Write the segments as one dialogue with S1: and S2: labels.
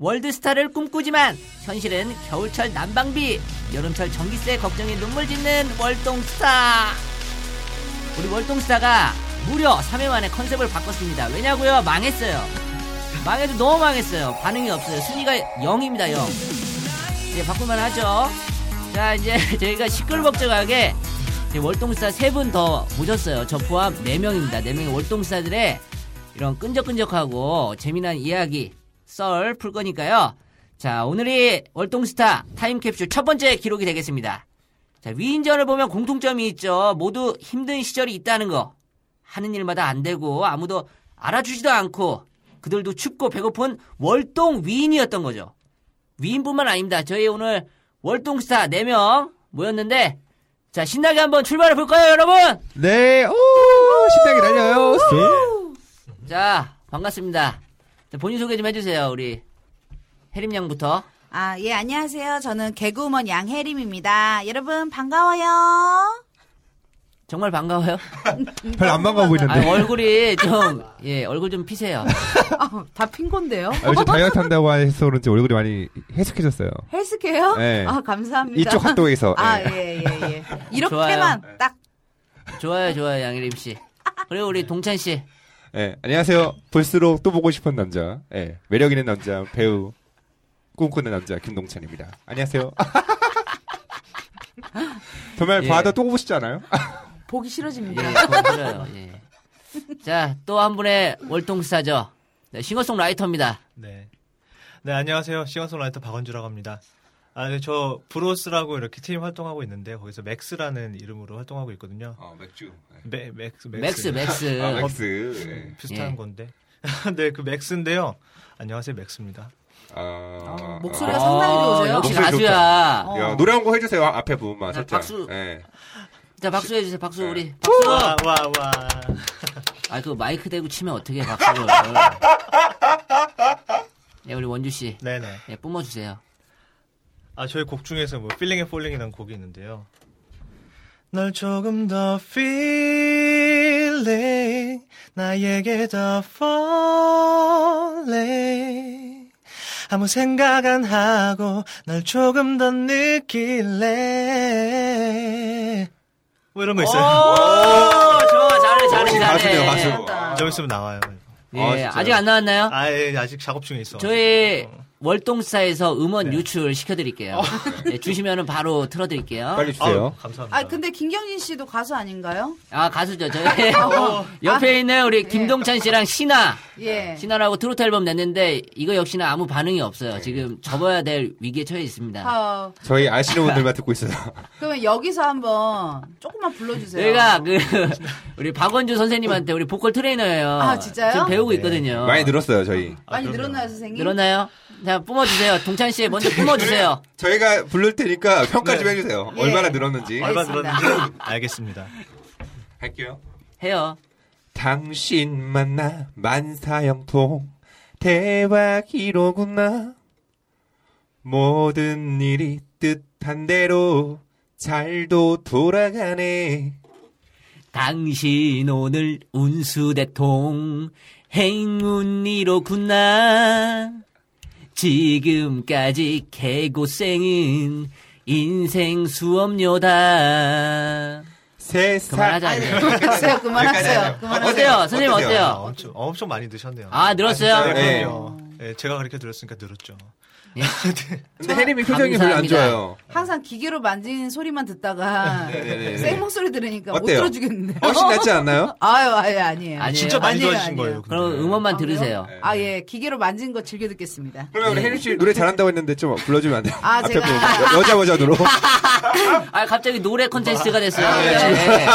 S1: 월드스타를 꿈꾸지만 현실은 겨울철 난방비, 여름철 전기세 걱정에 눈물 짓는 월동스타. 우리 월동스타가 무려 3회 만에 컨셉을 바꿨습니다. 왜냐고요? 망했어요. 망해도 너무 망했어요. 반응이 없어요. 순위가 0입니다. 0. 이제 바꿀만 하죠. 자, 이제 저희가 시끌벅적하게 이제 월동스타 3분 더 모셨어요. 저 포함 4명입니다. 4명의 월동스타들의 이런 끈적끈적하고 재미난 이야기 썰 풀 거니까요. 자, 오늘이 월동스타 타임캡슐 첫 번째 기록이 되겠습니다. 자, 위인전을 보면 공통점이 있죠. 모두 힘든 시절이 있다는 거. 하는 일마다 안 되고 아무도 알아주지도 않고 그들도 춥고 배고픈 월동 위인이었던 거죠. 위인뿐만 아닙니다. 저희 오늘 월동스타 4명 모였는데 자, 신나게 한번 출발해 볼까요, 여러분?
S2: 네, 오, 신나게 달려요. 네?
S1: 자, 반갑습니다. 자, 본인 소개 좀 해주세요, 우리. 해림 양부터.
S3: 아, 예, 안녕하세요. 저는 개그우먼 양혜림입니다. 여러분, 반가워요.
S1: 정말 반가워요.
S2: 별로 안 반가워
S1: 아,
S2: 보이는데.
S1: 얼굴이 좀, 예, 얼굴 좀 피세요.
S3: 아, 다 핀 건데요?
S2: 아, 요즘 다이어트 한다고 해서 그런지 얼굴이 많이 해숙해졌어요.
S3: 헬스케어?
S2: 네.
S3: 아, 감사합니다.
S2: 이쪽 핫도에서.
S3: 아,
S2: 예.
S3: 예, 예, 예. 이렇게만 딱.
S1: 좋아요, 좋아요, 양혜림 씨. 그리고 우리 동찬 씨.
S2: 예, 안녕하세요. 볼수록 또 보고 싶은 남자. 예, 매력 있는 남자, 배우, 꿈꾸는 남자, 김동찬입니다. 안녕하세요. 정말
S1: 예.
S2: 봐도 또 보고 싶지 않아요?
S3: 보기
S1: 예,
S3: 싫어집니다.
S1: 고맙습니다. 예. 자, 또 한 분의 월동스타죠. 네, 싱어송라이터입니다.
S4: 네. 네, 안녕하세요. 싱어송라이터 박원주라고 합니다. 아, 네, 저 브로스라고 이렇게 팀 활동하고 있는데 거기서 맥스라는 이름으로 활동하고 있거든요.
S2: 어, 맥주.
S4: 맥 맥스
S1: 맥스,
S4: 맥스,
S1: 맥스.
S2: 아, 맥스. 예.
S4: 비슷한
S1: 예.
S4: 건데. 네, 그 맥스인데요. 안녕하세요, 맥스입니다.
S2: 아,
S3: 목소리가
S2: 아.
S3: 상당히
S1: 어,
S3: 좋으세요.
S1: 역시
S2: 목소리
S1: 가수야.
S3: 좋다.
S2: 야, 노래 한 곡 해주세요. 앞에 부분만
S1: 네,
S2: 살짝.
S1: 박수.
S2: 예.
S1: 자, 박수 해주세요, 박수, 우리.
S4: 와, 와, 와.
S1: 아, 그 마이크 대고 치면 어떻게 박수를. 예, 우리 원주 씨.
S4: 네, 네.
S1: 예, 뿜어주세요.
S4: 아, 저희 곡 중에서 뭐 필링 앤 폴링이라는 곡이 있는데요. 널 조금 더 feeling 나에게 더 falling 아무 생각 안 하고 널 조금 더 느낄래 뭐 이런 거 있어요.
S1: 오, 좋아, 잘해, 잘해,
S2: 역시
S1: 잘해.
S2: 네, 어, 가수네요, 가수.
S4: 좀 있으면 나와요.
S2: 아,
S1: 예,
S2: 진짜요?
S1: 아, 직안 나왔나요?
S4: 아, 예, 아직 작업 중에 있어.
S1: 저희 월동사에서 음원
S4: 네.
S1: 유출 시켜드릴게요. 예, 주시면은 바로 틀어드릴게요.
S2: 어. 빨리
S4: 아,
S2: 주세요.
S4: 감사합니다.
S3: 아, 근데 김경진 씨도 가수 아닌가요?
S1: 아 가수죠. 저희
S2: 어.
S1: 옆에 있는 우리 김동찬 씨랑 신하,
S3: 예.
S1: 신하라고 트로트 앨범 냈는데 이거 역시나 아무 반응이 없어요.
S2: 네.
S1: 지금 접어야 될 위기에 처해 있습니다.
S3: 어,
S2: 저희 아시는 분들만 듣고 있어요.
S3: 그러면 여기서 한번 조금만 불러주세요.
S1: 저희가 그 우리 박원주 선생님한테 우리 보컬 트레이너예요.
S3: 아, 진짜요?
S1: 지금 배우고
S4: 네.
S1: 있거든요.
S2: 많이 늘었어요, 저희.
S3: 많이
S4: 아, 그럼요.
S3: 늘었나요, 선생님?
S1: 늘었나요? 자 뿜어주세요. 동찬 씨 먼저 뿜어주세요.
S2: 저희가 부를 테니까 평가 좀
S4: 네.
S2: 해주세요.
S3: 예.
S2: 얼마나 늘었는지.
S4: 얼마
S3: 알겠습니다.
S4: 들었는지 알겠습니다.
S2: 할게요.
S1: 해요.
S2: 당신 만나 만사형통 대박이로구나. 모든 일이 뜻한 대로 잘도 돌아가네.
S1: 당신 오늘 운수 대통 행운이로구나. 지금까지 개고생은 인생 수업료다.
S2: 세상.
S1: 그만하자. 이제.
S3: 그만하세요, 그만하세요. 그만하세요.
S1: 어때요? 선생님 어때요?
S4: 아, 엄청, 엄청 많이 드셨네요.
S1: 아, 늘었어요?
S4: 진짜요?
S2: 네.
S4: 그럼요. 예, 제가 가르쳐 드렸으니까 늘었죠.
S2: 근데 혜림이 표정이 별로 안
S1: 감사합니다.
S2: 좋아요.
S3: 항상 기계로 만지는 소리만 듣다가
S2: 네네네.
S3: 생 목소리 들으니까 못
S2: 어때요?
S3: 들어주겠는데.
S2: 훨씬 낫지 않나요?
S3: 아유, 아유, 아니에요.
S1: 아니에요.
S4: 진짜 많이
S3: 아니에요,
S4: 좋아하신
S3: 아니에요.
S4: 거예요. 근데.
S1: 그럼 음원만 들으세요.
S2: 네.
S3: 아, 예. 기계로 만진 거 즐겨 듣겠습니다.
S2: 그러면 우리 혜림 씨 노래 잘한다고 했는데 좀 불러주면 안 돼요?
S3: 아,
S2: 앞에
S3: 제가-
S2: 부분. 여- 여자 버전으로.
S1: 아, 갑자기 노래 콘테스트가 됐어요. 네.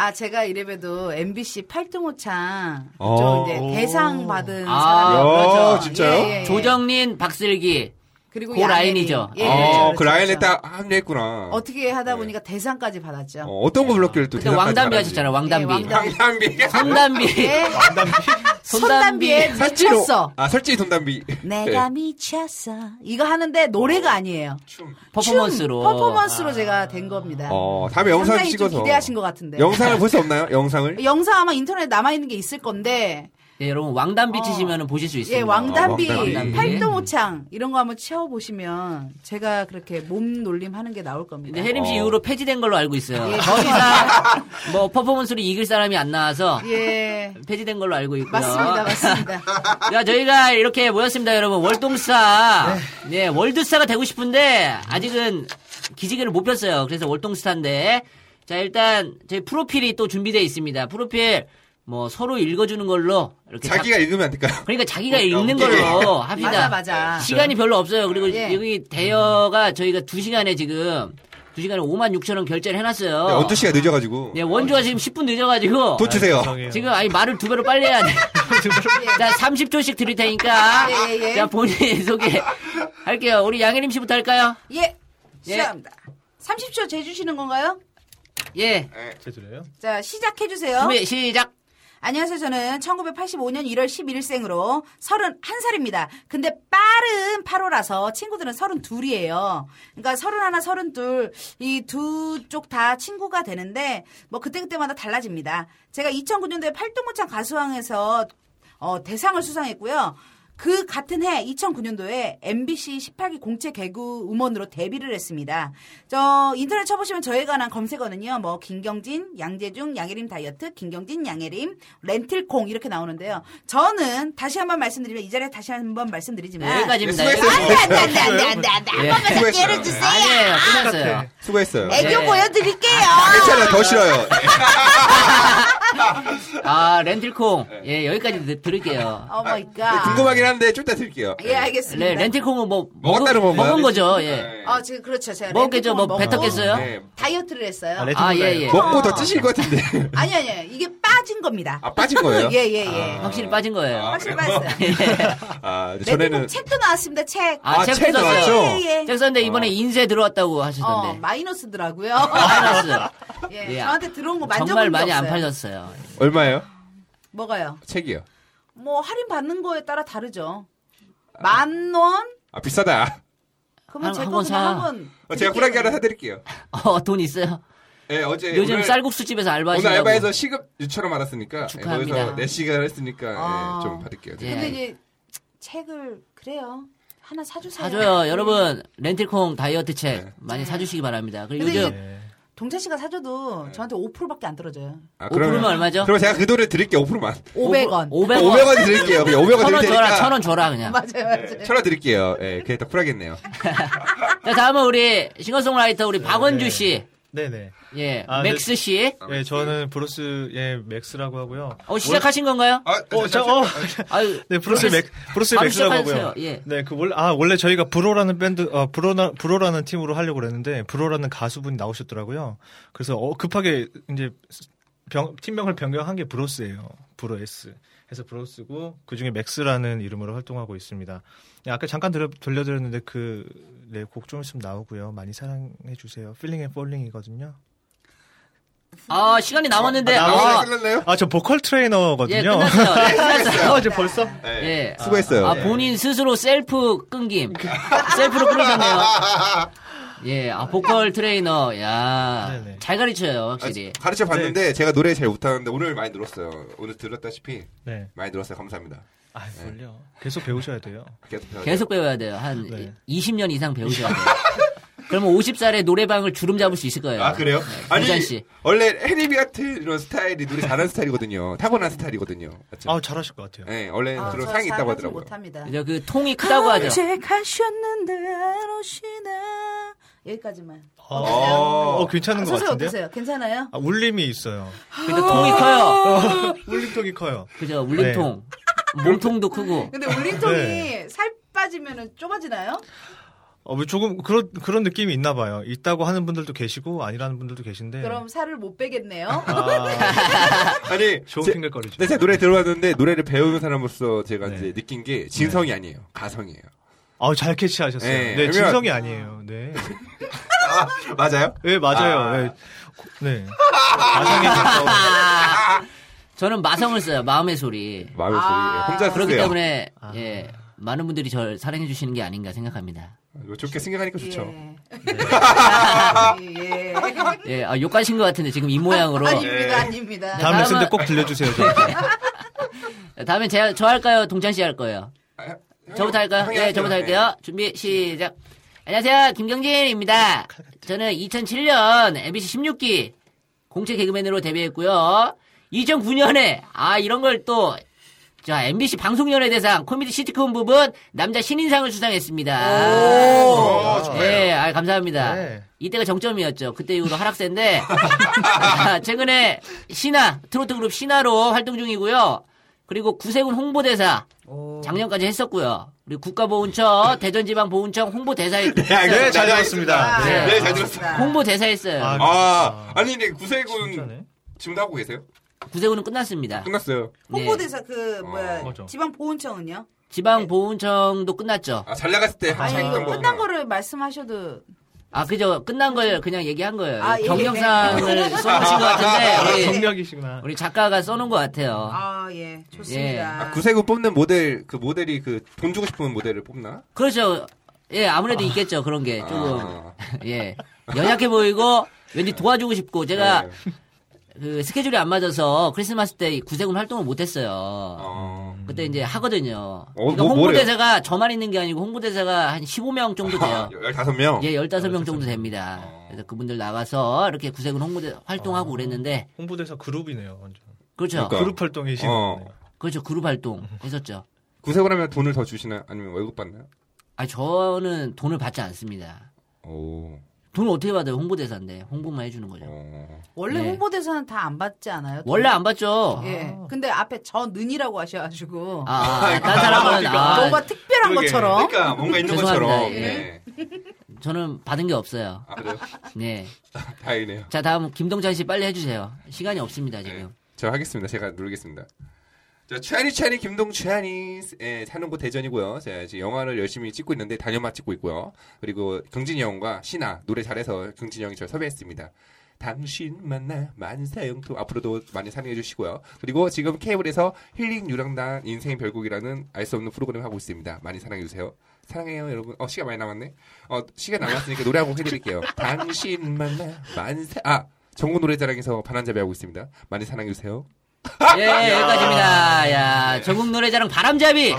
S3: 아, 제가 이래봬도 MBC 팔등호창
S2: 어.
S3: 좀 이제 대상 받은
S1: 아,
S3: 사람이에요.
S2: 야,
S3: 그렇죠.
S2: 진짜요?
S3: 예, 예, 예.
S1: 조정린, 박슬기.
S3: 그리고
S1: 그
S3: 양혜림.
S1: 라인이죠.
S3: 예,
S2: 어,
S3: 그렇죠,
S2: 그
S3: 그렇죠,
S2: 라인에 딱
S3: 그렇죠.
S2: 합류했구나.
S3: 어떻게 하다 보니까 대상까지 받았죠.
S2: 어, 어떤 거
S3: 네.
S2: 불렀길래 또
S1: 그때
S2: 대답까지
S1: 왕담비
S2: 잘하는지.
S1: 하셨잖아요, 왕담비.
S3: 예, 왕담비.
S2: 왕담비.
S1: 손담비.
S3: 예, 손담비에 미쳤어. 네.
S2: 아, 설치 돈담비. 예.
S3: 내가 미쳤어. 이거 하는데
S2: 어.
S3: 노래가 아니에요.
S2: 춤.
S1: 퍼포먼스로. 아.
S3: 춤, 퍼포먼스로 제가 된 겁니다.
S2: 어, 다음에 영상
S3: 상당히 좀
S2: 찍어서.
S3: 기대하신 것 같은데.
S2: 영상을 볼 수 없나요? 영상을?
S3: 영상 아마 인터넷 남아 있는 게 있을 건데
S1: 예, 여러분 왕담비
S3: 어.
S1: 치시면 보실 수 있습니다. 예.
S3: 예, 왕단비,
S2: 아, 왕단비.
S3: 팔도모창 이런 거 한번 채워보시면 제가 그렇게 몸 놀림하는 게 나올 겁니다.
S1: 이제 혜림 씨
S2: 어.
S1: 이후로 폐지된 걸로 알고 있어요.
S3: 예.
S1: 더 이상 뭐 퍼포먼스로 이길 사람이 안 나와서
S3: 예,
S1: 폐지된 걸로 알고 있고요.
S3: 맞습니다, 맞습니다.
S1: 자, 저희가 이렇게 모였습니다, 여러분. 월동스타. 네, 월드스타가 되고 싶은데, 아직은 기지개를 못 폈어요. 그래서 월동스타인데. 자, 일단, 저희 프로필이 또 준비되어 있습니다. 프로필, 뭐, 서로 읽어주는 걸로. 이렇게
S3: 예.
S2: 자기가 뭐 읽으면 안 될까요?
S1: 다- 그러니까 자기가 읽는 걸로 합시다.
S3: 맞아, 맞아.
S1: 시간이 별로 없어요. 그리고
S3: 예.
S1: 여기 대여가 저희가 2시간에 지금, 2시간에 5만 6천 원 결제를 해놨어요.
S2: 네, 원두 씨가 늦어가지고
S3: 예.
S1: 네, 원주가 지금 10분 늦어가지고.
S2: 돈 주세요.
S4: 죄송해요.
S1: 지금 아니 말을 두 배로 빨리 해야 돼. 자, 30초씩 드릴 테니까
S3: 예, 예, 예.
S1: 자 본인 소개 할게요. 우리 양혜림 씨부터 할까요?
S3: 예, 시작합니다. 30초 재주시는 건가요?
S1: 예.
S4: 제 드려요?
S3: 자, 시작해주세요.
S1: 준비 시작.
S3: 안녕하세요. 저는 1985년 1월 11일생으로 31살입니다. 근데 빠른 8호라서 친구들은 32이에요. 그러니까 31, 32이 두 쪽 다 친구가 되는데 뭐 그때그때마다 달라집니다. 제가 2009년도에 팔도모창 가수왕에서 어, 대상을 수상했고요. 그 같은 해 2009년도에 MBC 18기 공채 개그 음원으로 데뷔를 했습니다. 저 인터넷 쳐보시면 저에 관한 검색어는요. 뭐 김경진, 양재중, 양혜림 다이어트, 김경진, 양혜림, 렌틸콩 이렇게 나오는데요. 저는 다시 한번 말씀드리면 이 자리에 다시 한번 말씀드리지만
S1: 여기까지입니다.
S2: 네,
S1: 여기까지.
S2: 수고했어요.
S3: 안돼 안돼 안돼 안돼 안돼
S1: 예.
S3: 한 번만 더 때려주세요.
S1: 아니에요.
S3: 예.
S1: 끝났어요.
S2: 수고했어요.
S1: 네.
S3: 애교 보여드릴게요.
S2: 괜찮아요. 더 싫어요.
S1: 아 렌틸콩. 예 여기까지 드, 들을게요.
S3: 오 마이 갓.
S2: 네, 궁금하긴 한데 좀 이따 드릴게요.
S3: 예 알겠습니다.
S1: 네 렌틸콩은 뭐
S2: 먹었다는
S1: 먹은-
S2: 건가요?
S1: 먹은 거죠. 예.
S2: 네.
S3: 어 지금 그렇죠. 제가
S1: 먹겠죠? 뭐
S3: 렌틸콩을 먹고
S1: 뱉었겠어요?
S2: 네.
S3: 다이어트를 했어요.
S4: 아, 렌-
S1: 아 예 예.
S2: 먹고
S3: 어.
S2: 더 찌실 것 같은데.
S3: 아니 아니요 이게 빠진 겁니다.
S2: 아 빠진 거예요?
S3: 예 예 예.
S1: 확실히 빠진 거예요.
S2: 아,
S3: 확실히
S2: 그래요?
S3: 빠졌어요.
S2: 아, 근데
S3: 전에는
S2: 전에는
S3: 책도 나왔습니다. 책.
S1: 아,
S2: 아,
S1: 책
S2: 책
S1: 썼어요.
S2: 나왔죠?
S3: 예, 예.
S1: 책 썼는데 이번에 인쇄 들어왔다고
S3: 어,
S1: 하시던데.
S3: 마이너스더라고요.
S1: 마이너스.
S3: 예,
S1: 예.
S3: 저한테 들어온 거 만져본
S1: 아, 정말
S3: 적
S1: 많이
S3: 없어요.
S1: 안 팔렸어요.
S2: 얼마예요?
S3: 뭐가요?
S2: 책이요.
S3: 뭐 할인 받는 거에 따라 다르죠. 만 원?
S2: 아 비싸다.
S3: 그러면
S1: 한-
S3: 제거
S1: 한
S3: 그
S1: 권 사.
S3: 한번
S2: 어, 제가
S3: 라
S2: 후라이 하나 사드릴게요.
S1: 어, 돈 있어요?
S2: 예, 어제
S1: 요즘
S2: 오늘,
S1: 쌀국수집에서
S2: 오늘
S1: 알바하시고
S2: 알바에서 시급 6천원 받았으니까
S1: 축하합니다.
S2: 예, 거기서 4시간 했으니까
S3: 아.
S2: 예, 좀 받을게요.
S1: 예.
S3: 근데 이제 책을 그래요. 하나 사주세요.
S1: 사줘요.
S3: 예.
S1: 여러분, 렌틸콩 다이어트 책 많이 사주시기 바랍니다. 그리고
S3: 네. 근데
S1: 요즘
S4: 네.
S3: 동찬 씨가 사줘도 저한테 5%밖에 안 떨어져요.
S2: 아,
S1: 5%면 얼마죠?
S2: 그럼 제가 그 돈을 드릴게요. 5%만. 어,
S3: 500원.
S1: 500원.
S2: 500원 드릴게요. 그냥 500원 드릴
S1: 1000원
S2: 테니까.
S1: 줘라, 1000원 줘라, 그냥.
S3: 맞아요, 맞아요.
S2: 천원 드릴게요. 예, 그게 더 쿨하겠네요.
S3: 네.
S1: 자, 다음은 우리 싱어송라이터 우리 박원주
S4: 네.
S1: 씨.
S4: 네네.
S1: 예,
S4: 아,
S1: 맥스 씨.
S4: 예, 저는 브루스의 맥스라고 하고요.
S1: 어, 시작하신 건가요?
S2: 아,
S4: 원- 어, 저, 어.
S1: 아유,
S4: 네, 브루스 맥, 브루스
S1: 바로
S4: 맥스라고
S1: 시작하세요.
S4: 하고요.
S1: 예.
S4: 네, 그 원래 아 원래 저희가 브로라는 밴드, 어, 브로나 브로라는 팀으로 하려고 그랬는데 브로라는 가수분이 나오셨더라고요. 그래서 어, 급하게 이제 병- 팀명을 변경한 게 브로스예요. 브로 S. 해서 브로스고 그 중에 맥스라는 이름으로 활동하고 있습니다. 네, 아까 잠깐 들려, 들려드렸는데 그, 네, 그곡좀 있으면 나오고요. 많이 사랑해 주세요. 필링 앤 폴링이거든요.
S1: 아, 시간이 남았는데.
S4: 아,
S1: 아,
S2: 아, 끝났나요?
S4: 아, 저 보컬 트레이너거든요.
S1: 예, 끝났어요. 네, 끝났어요.
S4: 아, 이제 벌써?
S1: 예.
S2: 네. 수고했어요.
S1: 아, 본인 스스로 셀프 끊김. 셀프로 끊으셨네요. 예, 아, 보컬 트레이너. 야,
S4: 네네.
S1: 잘 가르쳐요,
S2: 아,
S1: 확실히.
S2: 가르쳐 봤는데 제가 노래 잘 못하는데 오늘 많이 늘었어요. 오늘 들었다시피
S4: 네.
S2: 많이 늘었어요. 감사합니다.
S4: 아, 몰려. 계속 배우셔야 돼요.
S2: 계속 배워요.
S1: 계속 배워야 돼요. 한
S4: 네.
S1: 20년 이상 배우셔야 돼요. 그러면 50살에 노래방을 주름 잡을 수 있을 거예요.
S2: 아 그래요?
S1: 김찬 씨.
S2: 원래 해리비 같은 이런 스타일이 노래 잘하는 스타일이거든요. 타고난 스타일이거든요. 맞죠?
S4: 아, 잘하실 것 같아요.
S2: 네, 원래
S3: 아,
S2: 그런
S3: 저
S2: 상이 있다고
S3: 사랑하지
S2: 하더라고요.
S3: 못합니다.
S1: 이제 그 통이 크다고
S3: 아,
S1: 하죠.
S3: 가셨는데 안 오시나 여기까지만.
S4: 어,
S2: 어떠세요?
S4: 어,
S3: 아,
S4: 괜찮은 것
S3: 선생님
S4: 같은데요?
S3: 어떠세요? 괜찮아요?
S4: 아, 울림이 있어요.
S1: 근데 통이
S2: 아.
S1: 커요.
S3: 아.
S4: 울림통이 커요.
S1: 그죠? 울림통.
S2: 네.
S1: 몸통도 크고.
S3: 근데 울림통이
S4: 네.
S3: 살 빠지면 좁아지나요?
S4: 어, 뭐 조금 그런 그런 느낌이 있나 봐요. 있다고 하는 분들도 계시고 아니라는 분들도 계신데.
S3: 그럼 살을 못 빼겠네요.
S4: 아,
S2: 아니
S4: 좋은
S2: 제-
S4: 생각거리죠.
S2: 근데 제가 노래 들어봤는데 노래를 배우는 사람으로서 제가
S4: 네.
S2: 이제 느낀 게 진성이 아니에요. 가성이에요.
S4: 아, 잘 캐치하셨어요.
S2: 네,
S4: 네,
S2: 그러면-
S4: 진성이 아니에요. 네.
S2: 아, 맞아요?
S4: 네, 맞아요.
S2: 아.
S4: 네. 고- 네. 가성이 가까워.
S1: 아. 저는 마성을 써요. 마음의 소리.
S2: 마음의 소리.
S3: 아.
S2: 예, 혼자
S1: 그렇기
S2: 쓰세요. 아.
S1: 때문에 예. 많은 분들이 절 사랑해 주시는 게 아닌가 생각합니다.
S2: 뭐 좋게 생각하니까 좋죠.
S3: 예. 예.
S1: 예, 아, 욕하신 것 같은데 지금 이 모양으로.
S4: 네.
S3: 아닙니다, 아닙니다.
S4: 다음
S1: 다음은-
S4: 레슨 때 꼭 들려주세요. 저한테.
S1: 다음에 제가 저 할까요? 동찬 씨 할 거예요. 저부터 할까요? 네, 저부터 할게요. 준비 시작. 안녕하세요, 김경진입니다. 저는 2007년 MBC 16기 공채 개그맨으로 데뷔했고요. 2009년에 아 이런 걸또 자, MBC 방송연예 대상 코미디 시트콤 부분 남자 신인상을 수상했습니다.
S4: 오,
S1: 예, 아, 감사합니다.
S4: 네.
S1: 이때가 정점이었죠. 그때 이후로 하락세인데 아, 최근에 신화 트로트 그룹 신화로 활동 중이고요. 그리고 구세군 홍보대사 어. 작년까지 했었고요. 그리고 국가보훈처 대전지방보훈청 홍보대사했
S4: 네, 잘 들었습니다.
S2: 네,
S1: 네,
S2: 잘
S3: 아, 알겠습니다.
S1: 홍보대사했어요.
S4: 아,
S2: 아, 아니 근데
S4: 진짜네.
S2: 구세군 지금도 하고 계세요?
S1: 구세군은 끝났습니다.
S2: 끝났어요.
S1: 네.
S3: 홍보대사 그 뭐야
S2: 어,
S4: 맞아.
S3: 지방 보훈청은요?
S1: 지방보훈청도 끝났죠.
S2: 아, 잘 나갔을 때
S3: 아니
S2: 한창
S3: 이거
S2: 했던 거.
S3: 끝난 거를 말씀하셔도
S1: 아, 그죠. 끝난 걸 그냥 얘기한 거예요.
S3: 아, 네.
S1: 경력상을 써놓으신 것
S4: 아,
S1: 같은데. 우리
S4: 경력이시구나.
S1: 우리 작가가 써놓은 것 같아요.
S3: 아 예 좋습니다.
S4: 그
S2: 아, 구세군 뽑는 모델 그 모델이 그 돈 주고 싶은 모델을 뽑나?
S1: 그렇죠. 예, 아무래도 있겠죠. 그런 게 조금
S2: 아.
S1: 예 연약해 보이고 왠지 도와주고 싶고 제가
S2: 네.
S1: 그 스케줄이 안 맞아서 크리스마스 때이 구세군 활동을 못했어요.
S2: 어.
S1: 그때 이제 하거든요.
S2: 뭐,
S1: 그러니까
S2: 뭐래요?
S1: 홍보대사가 저만 있는 게 아니고 홍보대사가 한 15명 정도 돼요.
S2: 아, 15명. 아.
S1: 예, 15명 정도 됩니다. 그래서 그분들 나가서 이렇게 구세군 홍보대 활동하고 그랬는데
S4: 홍보대사 그룹이네요, 완전.
S1: 그렇죠.
S2: 그러니까. 음.
S4: 그룹 활동이시네요.
S2: 어.
S1: 그렇죠. 그룹 활동 했었죠.
S2: 구세군 하면 돈을 더 주시나요? 아니면 월급 받나요?
S1: 아, 저는 돈을 받지 않습니다.
S2: 오.
S1: 돈을 어떻게 받아요? 홍보대사인데 홍보만 해주는 거죠.
S2: 어.
S3: 원래
S1: 네.
S3: 홍보대사는 다 안 받지 않아요?
S1: 원래 안 받죠.
S3: 예. 근데 앞에 저 는이라고 하셔가지고
S1: 아, 아, 다른 사람은
S3: 뭔가
S1: 아,
S3: 특별한
S4: 그러게.
S3: 것처럼
S2: 그러니까 뭔가 있는
S1: 죄송합니다.
S2: 것처럼.
S1: 예.
S2: 네.
S1: 저는 받은 게 없어요.
S2: 아, 그래요?
S1: 네.
S2: 다행이네요.
S1: 자, 다음 김동찬 씨 빨리 해주세요. 시간이 없습니다 지금.
S2: 저 하겠습니다. 제가 누르겠습니다. 자, 최니 최니 김동찬이 예, 사는 곳 대전이고요. 제가 지금 영화를 열심히 찍고 있는데 단연만 찍고 있고요. 그리고 경진이 형과 신아 노래 잘해서 경진이 형이 저를 섭외했습니다. 당신 만나 만사형통 앞으로도 많이 사랑해 주시고요. 그리고 지금 케이블에서 힐링 유랑단 인생 별곡이라는 알 수 없는 프로그램 하고 있습니다. 많이 사랑해 주세요. 사랑해요 여러분. 어 시간 많이 남았네. 어 시간 남았으니까 노래 한곡 해드릴게요. 당신 만나 만사 아 전국 노래자랑에서 반환잡이 하고 있습니다. 많이 사랑해 주세요.
S1: 예, 여기까지입니다. 야, 전국 노래자랑
S4: 네.
S1: 바람잡이.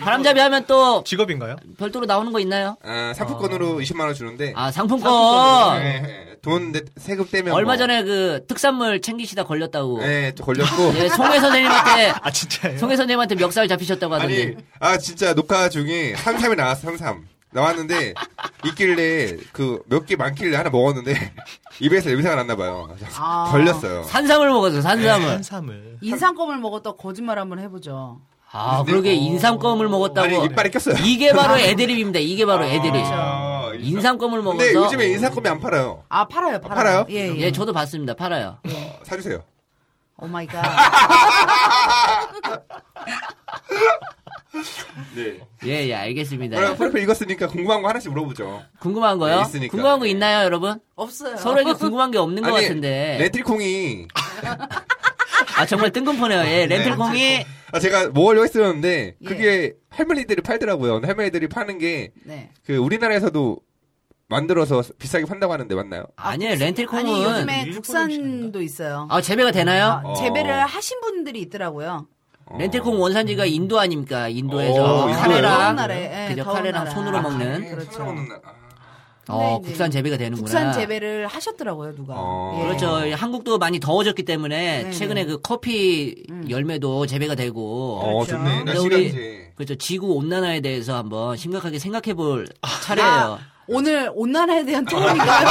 S1: 바람잡이 하면 또
S4: 직업인가요?
S1: 별도로 나오는 거 있나요?
S2: 아, 상품권으로 20만 원 주는데
S1: 아,
S4: 상품권.
S3: 네.
S1: 상품권.
S2: 예, 예. 돈 내- 세금 떼면
S1: 얼마
S2: 뭐-
S1: 전에 그 특산물 챙기시다 걸렸다고.
S2: 예, 또 걸렸고
S1: 예, 송혜 선생님한테
S4: 아, 진짜예요?
S1: 송혜 선생님한테 멱살 잡히셨다고 하던데.
S2: 네. 아니 아 진짜 녹화 중에 33이 나왔어 33 나왔는데 있길래 그 몇 개 많길래 하나 먹었는데 입에서 냄새가 났나 봐요.
S3: 아.
S2: 걸렸어요. 네.
S1: 산삼을 먹었어,
S4: 네,
S1: 산삼을.
S4: 산삼을.
S3: 인상검을 먹었다 거짓말 한번 해보죠.
S1: 아, 그러게 인삼껌을 먹었다고.
S2: 아니 이빨에 꼈어요.
S1: 이게 바로 애드립입니다. 이게 바로 애드립.
S2: 아,
S1: 인삼껌을 먹어서.
S2: 근데 요즘에 인삼껌이 안 팔아요.
S3: 아 팔아요 팔아요.
S2: 팔아요?
S3: 예 예.
S1: 예, 저도 봤습니다. 팔아요.
S2: 어, 사주세요.
S3: 오 마이 갓.
S2: 네.
S1: 예, 예,
S2: 오늘
S1: 알겠습니다.
S2: 프로필 읽었으니까 궁금한 거 하나씩 물어보죠.
S1: 궁금한 거요?
S2: 네, 있으니까.
S1: 궁금한 거 있나요, 여러분?
S3: 없어요.
S1: 서로에게 궁금한 게 없는 것 같은데.
S2: 레트리콩이
S1: 아, 정말 뜬금포네요. 예, 렌틀콩이.
S2: 아, 제가 먹으려고 했었는데
S3: 예.
S2: 그게 할머니들이 팔더라고요. 근데 할머니들이 파는 게 그
S3: 네.
S2: 우리나라에서도 만들어서 비싸게 판다고 하는데 맞나요?
S1: 아니에요, 렌틀콩은.
S3: 아니 요즘에
S4: 일본음식
S3: 국산도 있어요.
S1: 아, 재배가 되나요?
S3: 아, 재배를 하신 분들이 있더라고요.
S2: 어.
S1: 렌틸콩 원산지가 인도 아닙니까?
S2: 어,
S1: 인도에서
S2: 인도예요?
S3: 더운
S1: 카레랑
S3: 나라에, 예,
S1: 그죠
S3: 더운
S1: 카레랑
S3: 나라.
S1: 손으로 먹는
S2: 네,
S3: 그렇죠.
S2: 손으로 먹는 날. 아.
S1: 어,
S3: 근데 이제
S1: 국산 재배가 되는구나.
S3: 국산 재배를 하셨더라고요 누가.
S2: 어.
S3: 예.
S1: 그렇죠. 한국도 많이 더워졌기 때문에
S3: 네, 음.
S1: 최근에 그 커피 열매도 재배가 되고
S2: 어,
S3: 그렇죠.
S2: 좋네.
S1: 근데
S2: 날씨가
S1: 우리-
S2: 이제
S1: 그렇죠. 지구 온난화에 대해서 한번 심각하게 생각해 볼 차례예요.
S3: 오늘 온난화에 대한 토론인가요?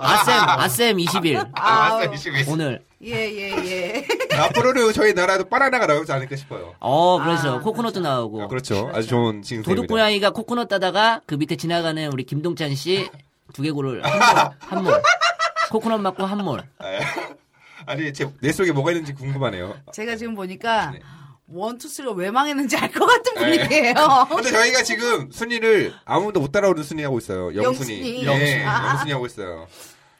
S1: 아, 셈 아쌤 20일.
S2: 아,
S3: 아우.
S2: 왔어, 이십일.
S1: 오늘.
S3: 예예 예.
S2: 앞으로는 저희 나라도 바나나가 나오지 않을까 싶어요.
S1: 어, 그래서
S3: 아,
S1: 코코넛도 나오고.
S2: 아, 그렇죠. 아주 좋은 지금
S1: 어, 도둑 고양이가 코코넛 따다가 그 밑에 지나가는 우리 김동찬 씨 두개골을 한 몰, 한 몰. 코코넛 맞고 한 몰.
S2: 아, 아니, 제 뇌 속에 뭐가 있는지 궁금하네요.
S3: 제가 지금 보니까
S2: 네.
S3: 원투쓰리가 왜 망했는지 알 것 같은
S2: 네.
S3: 분위기예요.
S2: 근데 저희가 지금 순위를 아무도 못 따라오는 순위 하고 있어요. 영순위.
S3: 영순위.
S2: 예,
S3: 아.
S2: 영순위 하고 있어요.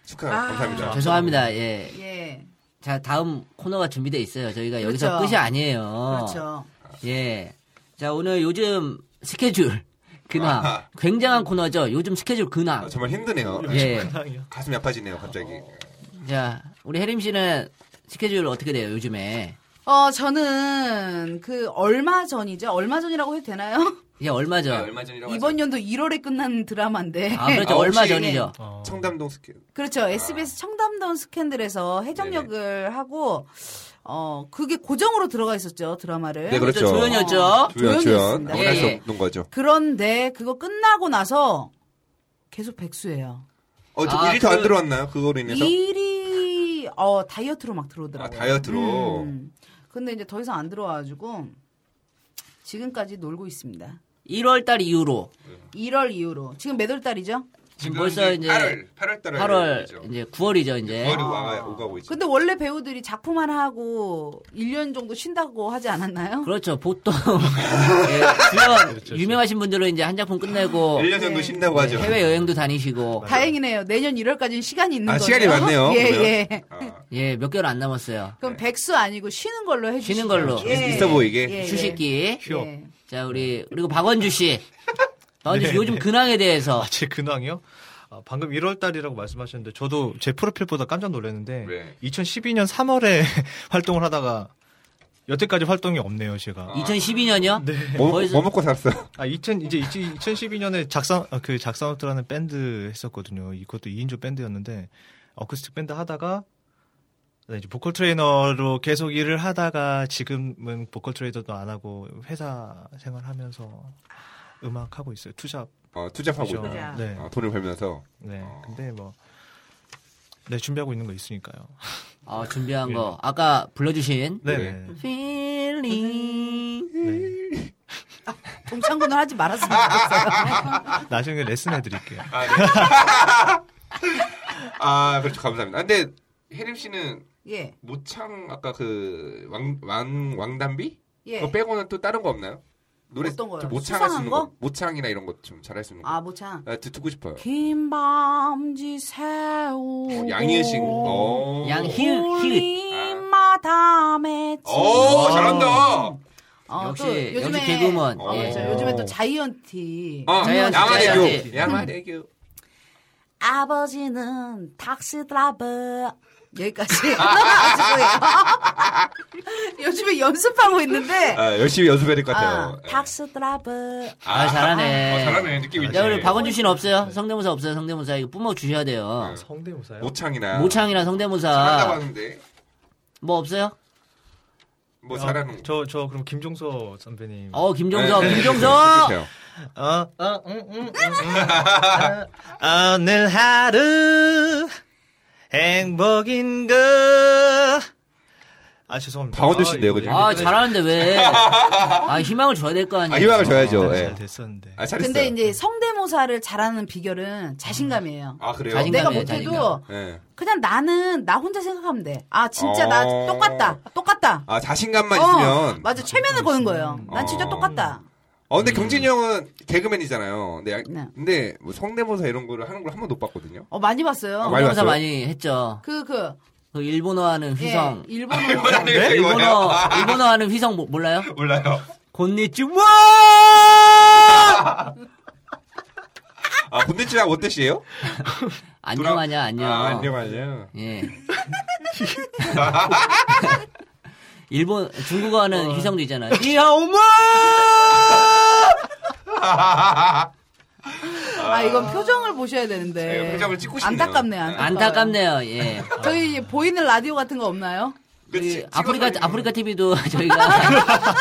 S2: 축하,
S3: 아.
S2: 감사합니다.
S1: 죄송합니다. 예.
S3: 예.
S1: 자, 다음 코너가 준비돼 있어요. 저희가 여기서
S3: 그렇죠.
S1: 끝이 아니에요.
S3: 그렇죠.
S1: 예. 자, 오늘 요즘 스케줄 근황.
S2: 아하.
S1: 굉장한 코너죠. 요즘 스케줄 근황.
S2: 아, 정말 힘드네요.
S1: 예.
S2: 가슴이 아파지네요, 갑자기.
S1: 자, 우리 혜림 씨는 스케줄 어떻게 돼요, 요즘에?
S3: 어, 저는 그 얼마 전이죠. 얼마 전이라고 해도 되나요?
S1: 이제 얼마
S2: 아,
S1: 전.
S2: 얼마 전이라고
S3: 이번 연도 1월에 끝난 드라마인데.
S1: 아, 그렇죠.
S2: 아,
S1: 얼마
S2: 혹시-
S1: 전이죠.
S4: 어.
S2: 하죠. 청담동 스케
S3: 그렇죠. SBS 청담동 스캔들에서 해적역을 하고 어 그게 고정으로 들어가 있었죠 드라마를.
S2: 네, 그렇죠.
S1: 조연이었죠.
S2: 조연 조연
S3: 아, 조연이었습니다.
S2: 아무나 할수
S1: 예, 예.
S2: 없는 거죠.
S3: 그런데 그거 끝나고 나서 계속 백수예요.
S2: 어, 저
S1: 아,
S2: 일이 더 안
S1: 그-
S2: 들어왔나요? 그거로 인해서
S3: 일이 어 다이어트로 막 들어오더라고요.
S2: 아, 다이어트로.
S3: 음. 근데 이제 더 이상 안 들어와가지고 지금까지 놀고 있습니다.
S1: 1월달 이후로
S3: 1월 이후로 지금 몇 월 달이죠?
S1: 지금 벌써 이제
S2: 8월 8월 네, 달에
S1: 8월 이제 9월이죠 이제.
S2: 9월이 와 오가고 있죠.
S3: 아. 근데 원래 배우들이 작품 하나 하고 1년 정도 쉰다고 하지 않았나요?
S1: 그렇죠. 보통 예,
S2: 그렇죠,
S1: 물론 유명하신 분들은 이제 한 작품
S3: 어,
S1: 끝내고 예,
S2: 1년
S3: 네.
S2: 정도 쉰다고 하죠.
S1: 해외 여행도 다니시고
S3: 다행이네요. 내년 1월까지 시간이 있는
S2: 아,
S3: 거죠.
S2: 시간이 많네요, 그러면.
S3: 예, 예.
S2: 아,
S1: 예, 몇 개월 안 남았어요.
S3: 그럼 백수 아니고 쉬는 걸로 해주시죠.
S1: 쉬는 걸로.
S3: 예.
S2: 있어 보이게.
S3: 예, 예.
S1: 휴식기.
S4: 휴업.
S3: 예.
S1: 자, 우리 그리고 박원주 씨. 박원주 씨
S4: 네,
S1: 요즘
S4: 네.
S1: 근황에 대해서
S4: 아, 제 근황이요? 아, 방금 1월 달이라고 말씀하셨는데 저도 제 프로필보다 깜짝 놀랐는데
S2: 네.
S4: 2012년 3월에 활동을 하다가 여태까지 활동이 없네요, 제가.
S1: 2012년이요?
S2: 뭐,
S1: 거기서-
S2: 아. 뭐 먹고 살았어?
S4: 아, 2000 이제 2012년에 작상 아, 그 작상업트라는 밴드 했었거든요. 이것도 2인조 밴드였는데 어쿠스틱 밴드 하다가 네, 이제 보컬 트레이너로 계속 일을 하다가 지금은 보컬 트레이너도 안 하고 회사 생활하면서 음악 하고 있어요. 투잡.
S2: 어, 투잡하고
S4: 그죠.
S2: 있다.
S3: 투잡.
S4: 네.
S2: 어, 돈을 벌면서
S4: 네.
S2: 어.
S4: 근데 뭐 네, 준비하고 있는 거 있으니까요.
S2: 뭐?
S1: 어,
S2: 예.
S1: 준비한 거. 아까 불러주신
S4: 네.
S2: 네.
S4: 네.
S1: feeling.
S4: 네.
S3: 동창군을 하지 말았으면 좋겠어요.
S4: 아, 나중에 레슨해 드릴게요.
S2: 아 그렇죠 감사합니다. 아, 근데 혜림 씨는
S3: 예.
S2: 모창 아까 그왕왕 왕담비
S3: 예.
S2: 그거 빼고는 또 다른 거 없나요? 노래
S3: 어떤 거요?
S2: 좀 모창할 수
S3: 수상한
S2: 있는
S3: 거?
S2: 거? 모창이나 이런 것 좀 잘할 수 있는 거.
S3: 아, 모창.
S2: 아, 듣고 싶어요.
S3: 긴 밤지 새우.
S2: 어, 양희은 씨. 어.
S1: 양희-
S2: 히읗.
S3: 마담에
S2: 오 어, 잘한다.
S1: 역시, 역시 개그우먼.
S3: 어,
S1: 예.
S3: 아, 맞아요. 요즘에 또 자이언티.
S2: 아,
S1: 자연 씨, 자연 씨.
S2: 양화대교. 양화대교.
S3: 아버지는 닥스드라버 여기까지 아버지고요. 요즘에 연습하고 있는데
S2: 아, 열심히 연습해야 될 것
S3: 아,
S2: 같아요.
S3: 닥스드라버
S1: 아, 잘하네.
S2: 어, 잘하네. 네. 느낌 있지.
S1: 야, 우리 박원주 씨는 없어요? 성대모사 없어요? 성대모사 이거 뿜어 주셔야 돼요.
S4: 성대모사요?
S2: 모창이나
S1: 모창이나
S2: 아. 잘한다고
S1: 성대모사
S2: 하는데
S1: 뭐 없어요?
S2: 뭐 잘하는 거.
S4: 아,
S2: 네,
S4: 저저 그럼 김종서
S2: 음.
S4: 선배님.
S1: 어, 김종서, 김종서.
S4: 어, 어, 음, 음, 음, 음. 어, 오늘 하루 행복인 거. 아 죄송합니다.
S2: 박원준 씨인데요,
S4: 이거
S2: 그죠?
S1: 아, 잘하는데 왜? 아, 희망을 줘야 될 거 아니에요.
S2: 아, 희망을 줘야죠.
S4: 잘
S2: 예.
S4: 됐었는데.
S2: 아, 잘했어요.
S3: 근데 이제 성대모사를 잘하는 비결은 자신감이에요.
S2: 아, 그래요?
S1: 자신감.
S3: 내가
S1: 자신감이에요,
S3: 못해도
S1: 자신감.
S2: 예.
S3: 그냥 나는 나 혼자 생각하면 돼. 아 진짜 나
S2: 어.
S3: 똑같다. 똑같다.
S2: 아, 자신감만
S3: 어,
S2: 있으면.
S3: 맞아 최면을 거는 거예요. 난 진짜
S2: 어.
S3: 똑같다.
S2: 어, 근데 경진이 형은 개그맨이잖아요. 근데, 야-
S3: 네.
S2: 근데 뭐 성대모사 이런 거를 하는 걸 한 번도 못 봤거든요.
S3: 어 많이 봤어요.
S2: 많이
S1: 성대모사
S2: 봤어요?
S1: 많이 했죠.
S3: 그 그
S1: 그 일본어하는
S3: 예,
S1: 휘성.
S3: 일본어
S2: 네?
S1: 일본어, 일본어하는 휘성 모- 몰라요?
S2: 몰라요.
S1: 곤니치와!
S2: 아, 군대찌개 어뜻이에요
S1: 안녕하냐, 안녕.
S2: 아, 안녕하냐.
S1: 예. 일본, 중국어하는 휘성도 있잖아요. 니하오마!
S3: 아, 이건 표정을 보셔야 되는데.
S2: 네, 표정을 찍고 싶네요.
S3: 안타깝네, 안타깝네.
S1: 안타깝네요, 예.
S3: 저희 보이는 라디오 같은 거 없나요?
S1: 우리
S2: 그치,
S1: 예, 아프리카,
S2: 찍어서-
S1: 아프리카 TV도 저희가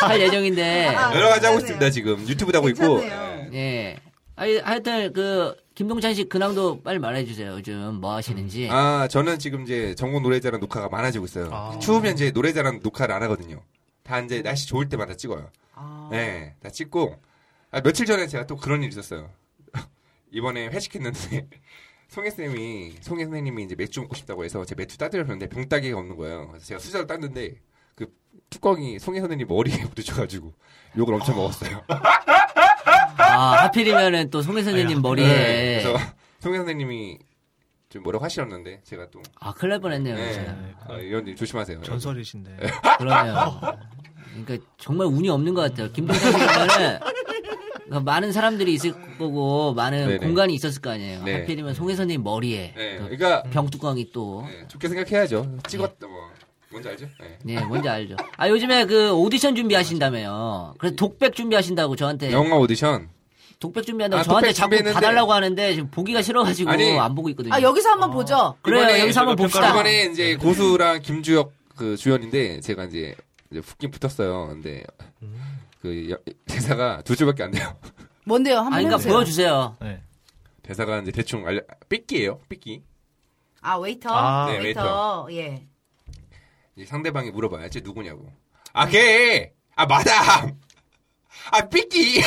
S1: 할 예정인데,
S3: 아.
S2: 여러 가지 하고 있습니다,
S3: 괜찮네요.
S2: 지금. 유튜브도 하고 있고.
S3: 괜찮네요.
S1: 예. 아니, 하여튼, 그, 김동찬 씨 근황도 빨리 말해주세요. 요즘 뭐 하시는지.
S2: 아, 저는 지금 이제 전국 노래자랑 녹화가 많아지고 있어요.
S4: 아.
S2: 추우면 이제 노래자랑 녹화를 안 하거든요. 다 이제 날씨 좋을 때마다 찍어요.
S1: 아.
S2: 네, 다 찍고. 아, 며칠 전에 제가 또 그런 일이 있었어요. 이번에 회식했는데 송혜 쌤이 송혜 선생님이 이제 맥주 먹고 싶다고 해서 제 맥주 따드렸는데 병따개가 없는 거예요. 그래서 제가 수저를 땄는데 그 뚜껑이 송혜 선생님 머리에 부딪혀가지고 욕을 엄청 먹었어요.
S1: 아, 하필이면은 또 송혜 선생님 머리에.
S2: 네, 그래서 송혜 선생님이 좀 뭐라고 하시었는데 제가 또
S1: 아, 큰일 날 뻔했네요. 진짜.
S2: 네, 아, 이런 일 조심하세요.
S4: 전설이신데.
S2: 예.
S1: 그러네요. 그러니까 정말 운이 없는 것 같아요. 김동찬 씨는 그러니까 많은 사람들이 있을 거고 많은
S2: 네네.
S1: 공간이 있었을 거 아니에요.
S2: 네.
S1: 하필이면 송혜 선생님 머리에
S2: 네,
S1: 그
S2: 그러니까
S1: 병뚜껑이 또
S2: 네, 좋게 생각해야죠. 찍었다 뭐. 뭔지 알죠? 네.
S1: 네, 뭔지 알죠. 아, 요즘에 그 오디션 준비하신다며요. 그래서 독백 준비하신다고 저한테
S2: 영화 오디션.
S1: 독백 준비한다고
S2: 아,
S1: 저한테
S2: 독백
S1: 자꾸
S2: 준비했는데-
S1: 봐달라고 하는데 지금 보기가 싫어가지고
S2: 아니.
S1: 안 보고 있거든요.
S3: 아 여기서 한번 보죠.
S1: 그래요.
S2: 이번에
S1: 여기서 한번 봅시다. 네.
S2: 이번에 이제 고수랑 김주혁 그 주연인데 제가 이제 이제 붙긴 붙었어요. 근데
S1: 음.
S2: 그 여- 대사가 두 줄밖에 안 돼요.
S3: 뭔데요? 한번
S1: 아, 그러니까
S3: 해보세요.
S1: 보여주세요.
S4: 네.
S2: 대사가 이제 대충 알려 삐끼예요. 삐끼.
S3: 아 웨이터.
S4: 아,
S2: 네,
S3: 웨이터. 예.
S2: 이제 상대방이 물어봐야지 누구냐고. 아 걔. 아 마담. 아 삐끼.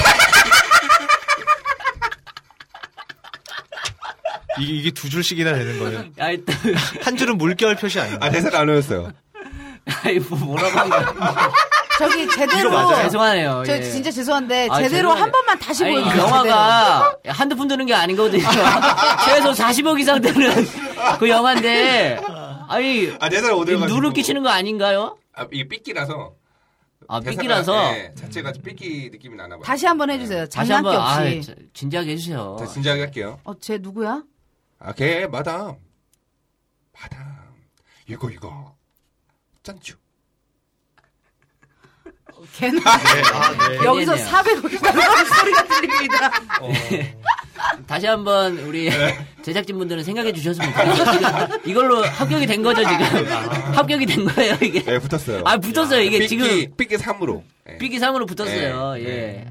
S4: 이게, 이게 두 줄씩이나 되는 거예요.
S1: 아, 일단,
S4: 한 줄은 물결 표시 아니에요.
S2: 아 대사가 안 외웠어요.
S1: 아이, 뭐 뭐라고 한 거야.
S3: 저기 제대로.
S4: 맞아요?
S1: 죄송하네요.
S3: 어. 저
S1: 예.
S3: 진짜 죄송한데
S1: 아,
S3: 제대로
S1: 죄송하네.
S3: 한 번만 다시
S1: 아니,
S3: 보여주세요.
S1: 영화가 한두 푼 드는 게 아니거든요. 최소 40억 이상 되는 그 영화인데, 아니,
S2: 아 대사가 어디 가지고.
S1: 누를 끼치는 거 아닌가요?
S2: 아 이게 삐끼라서.
S1: 아,
S2: 대사가,
S1: 삐끼라서.
S2: 예, 자체가 좀 삐끼 느낌이 나나 봐요.
S3: 다시 한번 해주세요.
S1: 다시 한
S3: 장난기
S1: 번, 아,
S3: 없이.
S1: 진지하게 해주세요.
S2: 다시 네. 진지하게 할게요.
S3: 어, 쟤 누구야?
S2: 아 걔 마담. 마담. 이거 이거. 짠쭈.
S3: 걔는
S4: 아, 네.
S3: 여기서
S1: 어, 얘네요. 예.
S3: 400억 달러 소리가 들립니다.
S1: 다시 한번 우리
S2: 네.
S1: 제작진분들은 생각해 주셨으면 좋겠어요. 지금 이걸로 합격이 된 거죠, 지금.
S2: 아.
S1: 합격이 된 거예요, 이게.
S2: 예, 붙었어요.
S1: 아, 붙었어요. 이게
S2: 삐끼,
S1: 지금
S2: 삐끼 3으로. 예.
S1: 삐기상으로 붙었어요. 예.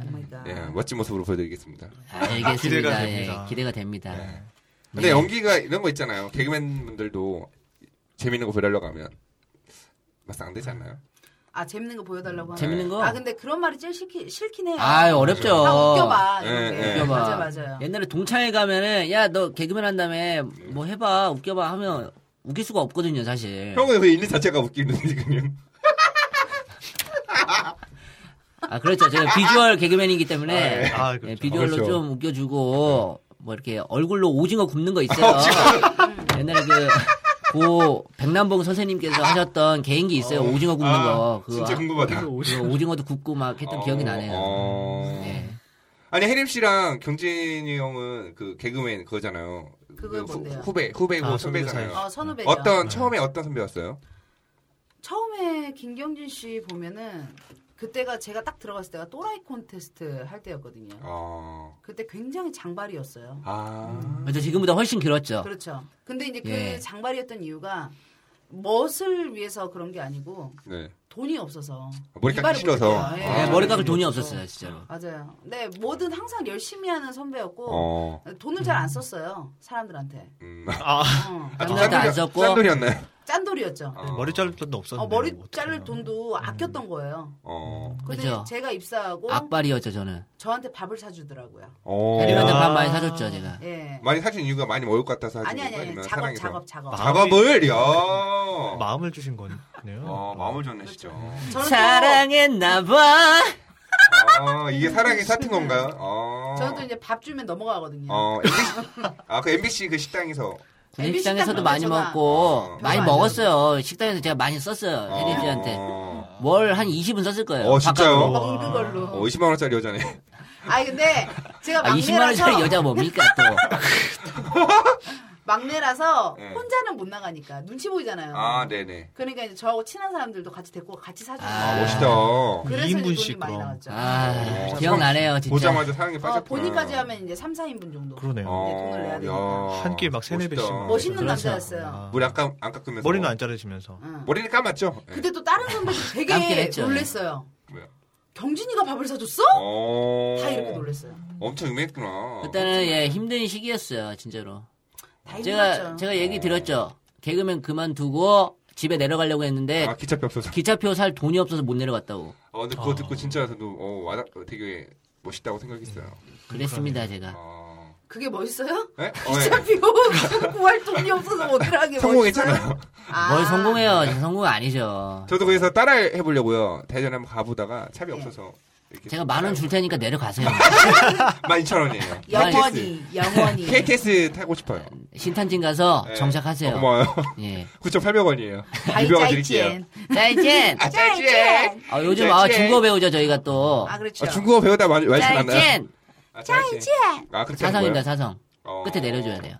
S2: 예, 멋진 모습으로 보여드리겠습니다.
S1: 알겠습니다.
S4: 기대가
S1: 예,
S4: 됩니다.
S1: 기대가 됩니다.
S2: 근데
S1: 네.
S2: 연기가 이런 거 있잖아요. 개그맨 분들도 재밌는 거 보려고 하면 막상 안 되지 않나요?
S3: 아, 재밌는 거 보여달라고 하는
S1: 재밌는 거?
S3: 아, 근데 그런 말이 제일 싫기, 싫긴 해요.
S1: 아유, 어렵죠.
S3: 다 웃겨봐.
S2: 예,
S3: 이런 게.
S2: 예.
S1: 웃겨봐.
S3: 맞아, 맞아요.
S1: 옛날에 동창회 가면은 야 너 개그맨 한다며 뭐 해봐 웃겨봐 하면 웃길 수가 없거든요 사실.
S2: 형은 그 있는 자체가 웃기는데 지금.
S1: 아 그렇죠. 제가 비주얼 개그맨이기 때문에
S4: 아,
S1: 예,
S4: 그렇죠.
S3: 네.
S1: 비주얼로
S2: 그렇죠.
S1: 좀 웃겨주고 뭐 이렇게 얼굴로 오징어 굽는 거 있어요. 옛날에 그. 고 백남봉 선생님께서 하셨던 개인기 있어요 오징어 굽는
S2: 아,
S1: 거 그거
S2: 진짜 궁금하다.
S1: 그거 오징어도 굽고 막 했던 기억이
S2: 어,
S1: 나네요.
S2: 어.
S1: 네.
S2: 아니 혜림 씨랑 경진이 형은 그 개그맨 그거잖아요.
S3: 그거
S2: 후,
S3: 뭔데요?
S2: 후배 후배고
S4: 아, 선배
S2: 선배잖아요.
S4: 사이.
S3: 어, 선후배죠.
S2: 어떤 처음에 어떤 선배였어요?
S3: 처음에 김경진 씨 보면은 그때가 제가 딱 들어갔을 때가 또라이 콘테스트 할 때였거든요.
S2: 어.
S3: 그때 굉장히 장발이었어요. 음.
S2: 아.
S1: 그렇죠 지금보다 훨씬 길었죠.
S3: 그렇죠. 근데 이제 그
S1: 예.
S3: 장발이었던 이유가 멋을 위해서 그런 게 아니고
S2: 네.
S3: 돈이 없어서
S2: 아, 머리카락
S3: 이발을
S2: 싫어서.
S3: 못해요. 예,
S1: 네,
S2: 아,
S1: 머리카락 돈이 없었어요 진짜로.
S3: 맞아요. 네, 뭐든 항상 열심히 하는 선배였고
S2: 어.
S3: 돈을 잘 안 썼었어요 사람들한테.
S2: 음.
S3: 어,
S2: 아, 좀
S1: 남자도 안
S2: 짠돌이-
S1: 썼고.
S2: 짠돌이었나요?
S3: 짠돌이었죠.
S2: 어.
S4: 네, 머리 자를 돈도 없었는데.
S3: 어, 머리
S4: 어떡해요.
S3: 자를 돈도 아꼈던 거예요.
S2: 어.
S3: 근데
S1: 그죠.
S3: 제가 입사하고
S1: 악발이었죠 저는.
S3: 저한테 밥을 사주더라고요.
S2: 어.
S1: 대리만들
S4: 아.
S1: 밥 많이 사줬죠 제가.
S3: 예.
S2: 많이 사준 이유가 많이 먹을 것 같아서 사준
S3: 아니 아니
S2: 건가?
S3: 아니
S2: 아니면
S3: 작업
S2: 사랑해서?
S3: 작업 작업.
S4: 아,
S2: 작업을 야. 마...
S4: 마음을 주신 거네요.
S2: 어, 마음을 줬네 진짜.
S3: 저는
S1: 사랑했나봐.
S2: 아, 이게 사랑의 사투 건가요? 어.
S3: 또, 저는 또 이제 밥 주면 넘어가거든요.
S2: 어, MBC 아, 그 MBC 그 식당에서
S1: 군내
S3: MBC
S1: 식당에서도
S3: 식당
S1: 많이
S3: 가면
S1: 먹고
S2: 전화
S1: 많이
S3: 안
S1: 먹었어요. 식당에서 제가 많이 썼어요. 혜리 씨한테
S2: 어,
S1: 월 한 20은 썼을 거예요.
S2: 어, 진짜요?
S4: 바깥으로.
S3: 먹는 걸로.
S2: 어, 20만 원짜리 여자네.
S3: 아니 근데 제가
S1: 아, 20만 원짜리
S3: 막내라서
S1: 여자 뭡니까 또?
S3: 막내라서
S2: 네.
S3: 혼자는 못 나가니까 눈치 보이잖아요.
S2: 아, 네, 네.
S3: 그러니까 이제 저하고 친한 사람들도 같이 데리고 같이 사주고.
S1: 아,
S2: 아, 멋있다.
S3: 그래서 이제
S4: 2인분씩
S3: 돈이 많이
S4: 그럼.
S3: 나갔죠.
S1: 아,
S2: 어,
S1: 기억나네요 진짜.
S2: 보자마자 사랑에
S3: 어,
S2: 빠졌구나. 어,
S3: 본인까지 하면 이제 3, 4인분 정도. 네,
S4: 그러네요.
S3: 돈을 내야 되니까.
S4: 한 끼에 막 세네
S2: 멋있다.
S4: 배씩.
S3: 멋있는
S4: 그런
S3: 남자였어요. 아.
S4: 사람.
S2: 머리 아까 안 깎으면서
S4: 머리는 안 자르시면서.
S3: 응.
S2: 머리는 까맣죠? 예.
S3: 그때 또 다른 선배들
S1: 깜긴
S3: 되게
S1: 했죠.
S3: 놀랬어요.
S2: 뭐야?
S3: 경진이가 밥을 사줬어?
S2: 어.
S3: 다 이렇게 놀랬어요.
S2: 엄청 유명했구나.
S1: 그때는 예 힘든 시기였어요 진짜로.
S3: 다 아, 힘들었죠.
S1: 제가 제가 얘기 드렸죠. 개그맨 그만두고 집에 내려가려고 했는데
S2: 아, 기차표 없어서.
S1: 기차표 살 돈이 없어서 못 내려갔다고.
S2: 어, 근데
S4: 아.
S2: 그거 듣고 진짜 저도 어, 와닿, 되게 멋있다고 생각했어요.
S1: 그랬습니다 제가.
S2: 어.
S3: 그게 멋있어요?
S2: 네? 어, 네.
S3: 어차피 구할 돈이 없어서 오늘 하게
S2: 성공했잖아요.
S3: 아.
S1: 뭘 성공해요? 성공 아니죠.
S2: 저도 거기서 따라 해보려고요. 대전 한번 가보다가 차비 없어서. 이렇게
S1: 제가 만 원 줄 테니까 내려가세요.
S2: 12,000원이에요.
S3: 영원히 영원히
S2: KTX 타고 싶어요.
S1: 신탄진 가서
S2: 네.
S1: 정착하세요.
S2: 고마워요.
S1: 예.
S2: 9,800원이에요.
S3: 아이,
S2: 유명한 드릴게요.
S3: 짜이찐
S1: 짤진.
S2: 아, 짜이찐!
S1: 아, 요즘 아 중국어 배우죠 저희가 또.
S3: 아 그렇죠
S2: 아, 중국어 배우다 많이 많이 나나요?
S1: 짤진.
S2: 아, 짜이찐! 아, 그렇게 하는
S1: 사성입니다
S2: 거예요?
S1: 사성.
S2: 어.
S1: 끝에 내려줘야 돼요.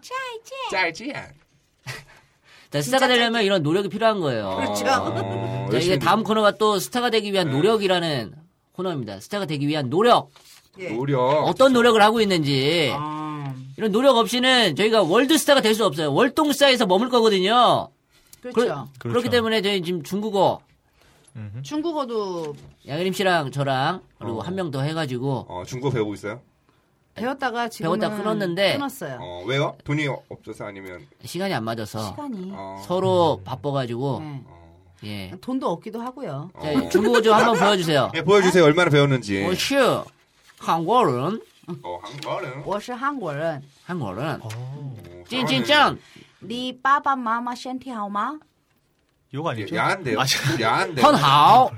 S2: 짜이찐! 어,
S1: 자, 스타가 되려면 이런 노력이 필요한 거예요.
S3: 그렇죠.
S1: 자, 이게 다음 코너가 또 스타가 되기 위한
S2: 네.
S1: 노력이라는 코너입니다. 스타가 되기 위한 노력.
S3: 예.
S2: 네. 노력.
S1: 어떤 노력을 하고 있는지.
S3: 아,
S1: 이런 노력 없이는 저희가 월드스타가 될 수 없어요. 월동스타에서 머물 거거든요.
S3: 그렇죠.
S1: 그렇기
S4: 그렇죠.
S1: 때문에 저희 지금 중국어
S2: 음?
S3: 중국어도
S1: 양혜림 씨랑 저랑 그리고
S2: 어.
S1: 한 명 더 해가지고
S2: 어, 중국어 배우고 있어요?
S3: 배웠다가 지금
S1: 배웠다 끊었는데
S3: 끊었어요.
S2: 어, 왜요? 돈이 없어서 아니면
S1: 시간이 안 맞아서
S3: 시간이
S2: 어,
S1: 서로 바빠가지고
S3: 네.
S2: 어.
S1: 예.
S3: 돈도 없기도 하고요.
S1: 자,
S2: 어.
S1: 중국어 좀 한번 보여주세요.
S2: 예, 보여주세요. 얼마나 배웠는지.
S1: 오슈 한국은
S2: 어, 한국어는.
S3: 我是한국人
S1: 한국은
S2: 어,
S1: 찐찐짠
S3: 你爸爸妈妈身体好吗？
S4: 요거
S2: 예,
S4: 아니죠?
S2: 야한데요.
S4: 아, 참.
S2: 좀 야한데.
S1: 헌하오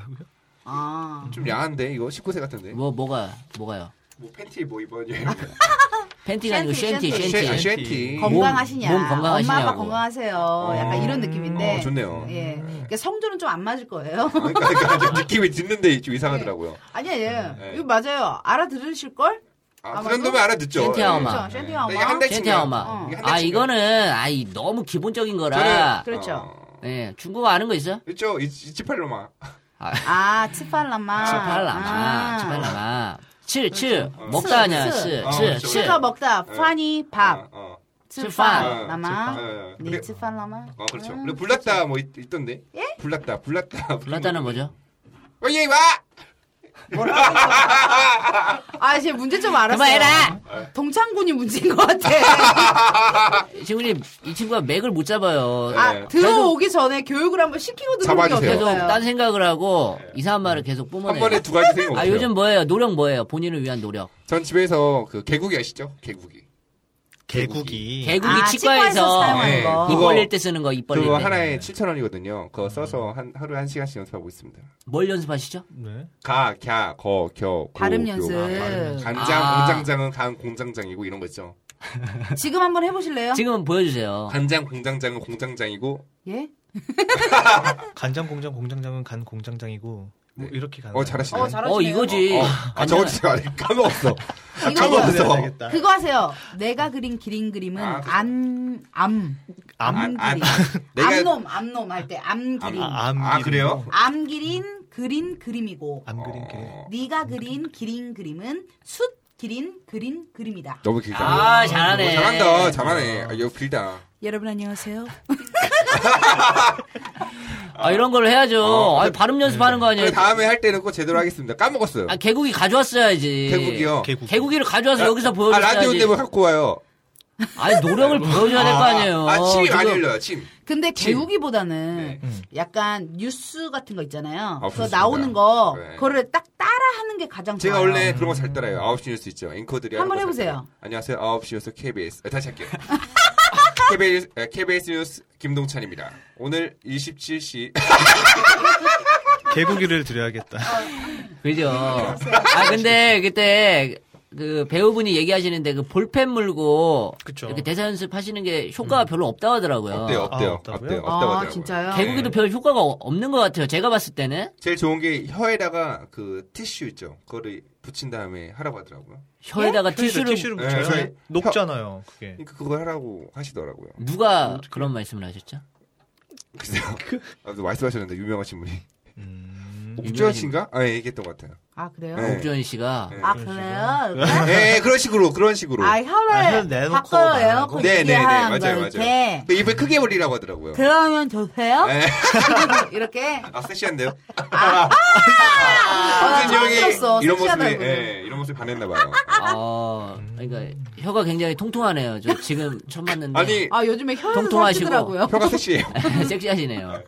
S3: 아,
S2: 좀 야한데 이거 19세 같은데. 뭐,
S1: 뭐 뭐가 뭐가요?
S2: 팬티 뭐 입었냐.
S1: 팬티가 아니고
S3: 샌티,
S1: 샌티
S3: 샌티.
S2: 아,
S1: 샌티
S2: 샌티.
S3: 건강하시냐?
S1: 몸 건강하시냐고.
S3: 엄마 아빠 건강하세요. 약간 이런 느낌인데.
S2: 어, 좋네요.
S3: 예, 그러니까 성조는 좀 안 맞을 거예요.
S2: 아, 그러니까, 그러니까 좀 느낌이 듣는데 좀 이상하더라고요.
S3: 아니야, 예.
S2: 네.
S3: 이거 맞아요. 알아들으실 걸?
S2: 아,
S3: 아마도?
S2: 그 정도면 알아듣죠.
S1: 샌티
S2: 예.
S1: 아마.
S3: 그렇죠. 샌티 엄마.
S2: 이게 한 달-
S1: 샌티 엄마.
S2: 어. 이게 한달
S1: 아
S2: 치면.
S1: 이거는 아이 너무 기본적인 거라.
S2: 저는-
S3: 그렇죠.
S2: 어,
S1: 예 중국어 아는 거 있어?
S2: 있죠. 이- 이 지팔로마.
S3: 아, 치팔라마. 아.
S1: 치팔라마 치팔라마 칠칠 먹다 하냐
S3: 치,
S2: 치. 어,
S1: 칠칠
S3: 치카 먹다.
S2: 네.
S3: 파니 밥.
S2: 어, 어.
S1: 치팔.
S3: 치팔라마.
S2: 예, 예.
S3: 네,
S2: 근데-
S3: 치팔라마. 네.
S2: 아 그렇죠. 근데 불났다 뭐 있, 있던데. 예? 불났다, 불났다.
S1: 불났다는 뭐죠?
S2: 어예 와.
S3: 아, 이제 문제점 알았어.
S2: 네.
S1: 그만해라!
S3: 동창군이 문제인 것 같아.
S1: 지훈님 이 친구가 맥을 못 잡아요.
S3: 아, 들어오기 전에 교육을 한번 시키고 들어오는 게
S2: 네. 잡아주세요.
S1: 계속 딴
S3: 어떨까요?
S1: 생각을 하고 이상한 말을 계속
S2: 네. 한
S1: 뿜어내요.
S2: 번에 두 가지 생각
S1: 아
S2: 없어요.
S1: 요즘 뭐예요? 노력 뭐예요? 본인을 위한 노력.
S2: 전 집에서 그 개구기 아시죠? 개구기.
S4: 개국이
S1: 개구리
S3: 아, 치과에서
S1: 치과에서
S3: 사용하는
S2: 네.
S3: 거.
S1: 입
S2: 그거-
S1: 벌릴 때 쓰는 거 입 벌릴
S2: 그거
S1: 때.
S2: 하나에 7천 원이거든요. 그거 써서 한 하루에 한 시간씩 연습하고 있습니다.
S1: 뭘 연습하시죠?
S4: 네.
S2: 가, 갸, 거, 겨, 고,
S3: 발음
S2: 교.
S3: 연습.
S2: 간장,
S1: 아.
S2: 공장장은 간, 공장장이고 이런 거 있죠.
S3: 지금 한번 해보실래요?
S1: 지금 보여주세요.
S2: 간장, 공장장은 공장장이고.
S3: 예?
S4: 간장 공장 공장장은 간 공장장이고 뭐
S2: 네.
S4: 이렇게 가는
S2: 어 잘하시네.
S3: 어, 잘하-
S1: 어 이거지.
S2: 어. 아
S1: 완전-
S2: 저거 진짜 까먹었어. 아,
S3: 이거
S2: 까먹었어.
S3: 그거 하세요. 내가 그린 기린 그림은
S2: 아, 그거.
S3: 암, 암.
S4: 암?
S3: 암
S2: 아,
S3: 그림.
S2: 내가-
S3: 암놈, 암놈 할 때, 암 그림. 암,
S4: 암
S2: 아,
S4: 기린.
S2: 그래요?
S3: 기린, 그린 그림이고,
S4: 암 그린 그린.
S2: 어,
S3: 네가 그린 기린 그림은 숫 기린 그린 그림이다.
S2: 너무 길다.
S1: 아 잘하네.
S2: 어, 잘한다, 잘하네. 아, 이거 길다.
S3: 여러분 안녕하세요.
S1: 아 이런 걸 해야죠.
S2: 어,
S1: 아 발음 연습하는 거 아니에요?
S2: 그래, 다음에 할 때는 꼭 제대로 하겠습니다. 까먹었어요.
S1: 아 개구리 가져왔어야지.
S2: 개국이요.
S4: 개국.
S1: 개구리를 가져와서 여기서
S2: 아,
S1: 보여줘야지.
S2: 라디오 때문에 갖고 와요.
S1: 아니 노력을 보여줘야 될 거 아니에요.
S2: 아, 침이 많이
S1: 지금
S2: 흘러요, 침.
S3: 근데
S2: 침.
S3: 개우기보다는
S2: 네.
S4: 음.
S3: 약간 뉴스 같은 거 있잖아요.
S2: 아,
S3: 그거
S2: 그렇습니다.
S3: 나오는 거,
S2: 네.
S3: 그거를 딱 따라하는 게 가장
S2: 제가
S3: 좋아요.
S2: 원래 그런 거 잘 따라요. 9시 뉴스 있죠. 앵커들이 하는
S3: 한번
S2: 거잘
S3: 해보세요.
S2: 따라요. 안녕하세요. 9시 뉴스 KBS. 아, 다시 할게요. KBS, 에, KBS 뉴스 김동찬입니다. 오늘 27시.
S4: 개국이를 드려야겠다.
S1: 그죠. 아 근데 그때 그 배우분이 얘기하시는데 그 볼펜 물고
S4: 그쵸.
S1: 이렇게 대사 연습 하시는 게 효과가 별로 없다고 하더라고요.
S2: 그렇죠. 음. 없대요, 없대요.
S4: 아,
S2: 없대요.
S4: 없다고요?
S2: 없다고
S3: 아,
S2: 하더라고요.
S3: 진짜요?
S1: 개구리도
S2: 네.
S1: 별 효과가 없는 것 같아요. 제가 봤을 때는
S2: 제일 좋은 게 혀에다가 그 티슈 있죠. 그거를 붙인 다음에 하라고 하더라고요.
S1: 혀에다가
S4: 티슈를
S1: 티슈를
S4: 티슈를
S2: 네,
S4: 묻혀요.
S2: 저희-
S4: 녹잖아요. 그게.
S2: 그러니까 그거 하라고 하시더라고요.
S1: 누가
S2: 음.
S1: 그런 말씀을 하셨죠?
S2: 글쎄요.
S3: 그
S2: 아, 또 말씀하셨는데, 유명하신 분이.
S4: 음.
S2: 옥주현 씨인가? 아, 예, 얘기했던 것 같아요.
S3: 아, 그래요?
S2: 네.
S1: 옥주현 씨가
S2: 네.
S3: 아, 그래요?
S2: 예, 예, 그런 식으로, 그런 식으로.
S3: 아,
S4: 아, 혀
S3: 혀를
S4: 내놓고
S3: 바꿔요.
S4: 말하고.
S3: 에어컨
S2: 네, 네, 네,
S3: 그 얘기하는 거
S2: 맞아요, 네. 맞아요.
S3: 이렇게.
S2: 근데 입을 크게 벌리라고 하더라고요.
S3: 그러면 좋세요?
S2: 예.
S3: 이렇게.
S2: 아 섹시한데요?
S3: 아,
S2: 아무튼
S3: 처음
S2: 형이
S3: 들었어.
S2: 이런 모습에
S3: 섹시하다고.
S2: 예, 이런 모습 반했나 봐요.
S1: 아 그러니까 혀가 굉장히 통통하네요. 저 지금 처음 봤는데
S2: 아니
S3: 아, 요즘에 혀를
S1: 통통하시고.
S3: 살찌더라고요.
S2: 혀가 섹시해요. 어,
S1: 섹시하시네요.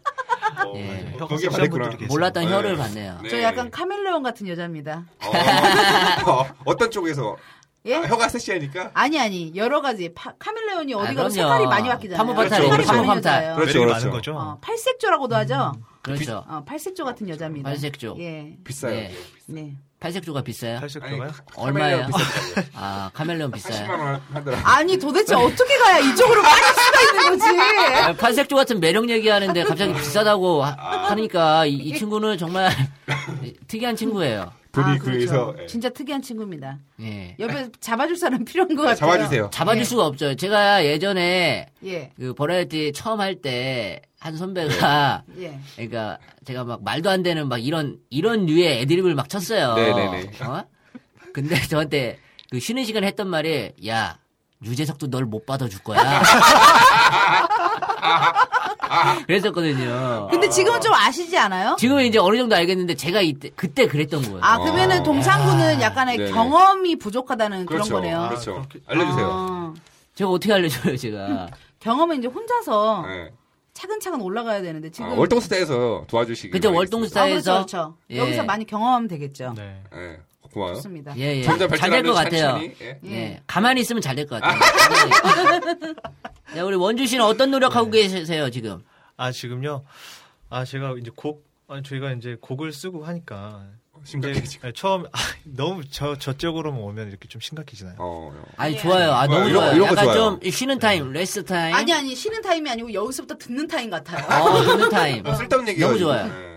S1: 예.
S4: 혀가
S2: 거기에
S4: 섹시한
S2: 반했구나.
S4: 분들이 계세요.
S1: 몰랐던
S2: 네.
S1: 혀를 봤네요.
S2: 네.
S3: 저 약간 카멜레온 같은 여자입니다.
S2: 어, 어, 어떤 쪽에서
S3: 예?
S2: 아, 혀가 섹시하니까
S3: 아니 아니 여러 가지 파- 카멜레온이 어디
S1: 아,
S3: 가도
S1: 그럼요.
S3: 색깔이 많이 바뀌잖아요.
S1: 탐험파탈,
S3: 색깔이
S2: 그렇죠.
S3: 많은
S1: 탐험파탈.
S3: 여자예요.
S2: 그렇죠,
S4: 매력이
S2: 그렇죠.
S4: 많은 거죠.
S3: 어,
S1: 아,
S3: 팔색조라고도 하죠.
S1: 그렇죠.
S3: 어, 팔색조 같은 여자입니다.
S1: 팔색조.
S3: 예.
S2: 비싸요.
S1: 네.
S3: 네.
S1: 팔색조가 비싸요?
S4: 탈색
S2: 아니,
S4: 좋아요?
S1: 얼마예요?
S2: 비싸요.
S1: 아 카멜레온
S2: 80만
S1: 비싸요.
S2: 원 하더라.
S3: 아니 도대체 어떻게 가야 이쪽으로 빠질 수가 있는 거지?
S1: 아, 팔색조 같은 매력
S2: 아.
S1: 얘기하는데 갑자기 비싸다고 하, 니까 이, 이 친구는 정말 특이한 친구예요.
S2: 분이
S3: 아,
S2: 그래서 예.
S3: 진짜 특이한 친구입니다.
S1: 예.
S3: 옆에 잡아줄 사람 필요한 것 같아요.
S2: 잡아주세요.
S1: 잡아줄
S3: 예.
S1: 수가 없죠. 제가 예전에
S3: 예,
S1: 그 버라이어티 처음 할 때 한 선배가
S3: 예.
S2: 네.
S1: 그러니까 제가 막 말도 안 되는 막 이런 이런 류의 애드립을 막 쳤어요.
S2: 네네네.
S1: 어? 근데 저한테 그 쉬는 시간 에 했던 말이 야 유재석도 널 못 받아줄 거야. 그랬었거든요.
S2: 아.
S3: 근데 지금은 좀 아시지 않아요?
S1: 지금은 이제 어느 정도 알겠는데 제가 이때 그때 그랬던 거예요.
S3: 아, 그러면은 동상구는 약간의
S2: 아. 네네.
S3: 경험이 부족하다는 그런
S2: 그렇죠.
S3: 거네요.
S2: 그렇죠.
S4: 아, 그렇게-
S2: 알려주세요.
S3: 아,
S1: 제가 어떻게 알려줘요, 제가?
S3: 경험은 이제 혼자서
S2: 예.
S3: 차근차근 올라가야 되는데 아, 지금
S2: 아, 월동스타에서 도와주시기.
S1: 그때
S2: 바라겠습니다.
S1: 월동스타-
S3: 아, 그렇죠,
S1: 회사에서-
S3: 그렇죠.
S1: 예.
S3: 여기서 많이 경험하면 되겠죠.
S4: 네.
S2: 예. 고마워요.
S3: 좋습니다.
S1: 예, 예.
S2: 점점
S1: 잘 될
S2: 발전하는
S1: 것 같아요.
S2: 찬찬히, 예.
S1: 예. 가만히 있으면 잘 될 것 같아요. 자, 우리 원주 씨는 어떤 노력하고 계세요, 지금?
S4: 아 지금요. 아 제가 이제 곡 아니 저희가 이제 곡을 쓰고 하니까
S2: 심각해
S4: 이제
S2: 지금.
S4: 처음 아, 너무 저 저쪽으로만 오면 이렇게 좀 심각해지나요?
S2: 어. 어.
S1: 아니,
S3: 예.
S1: 좋아요. 아, 너무
S2: 이런-
S1: 좋아요.
S2: 이런 거
S1: 약간
S2: 좋아요.
S1: 좀 쉬는 타임, 레스 타임.
S3: 아니 아니 쉬는 타임이 아니고 여기서부터 듣는 타임 같아요.
S1: 어, 쉬는 타임.
S2: 아, 쓸데없는 얘기가
S1: 너무
S2: 지금.
S1: 좋아요.
S2: 예.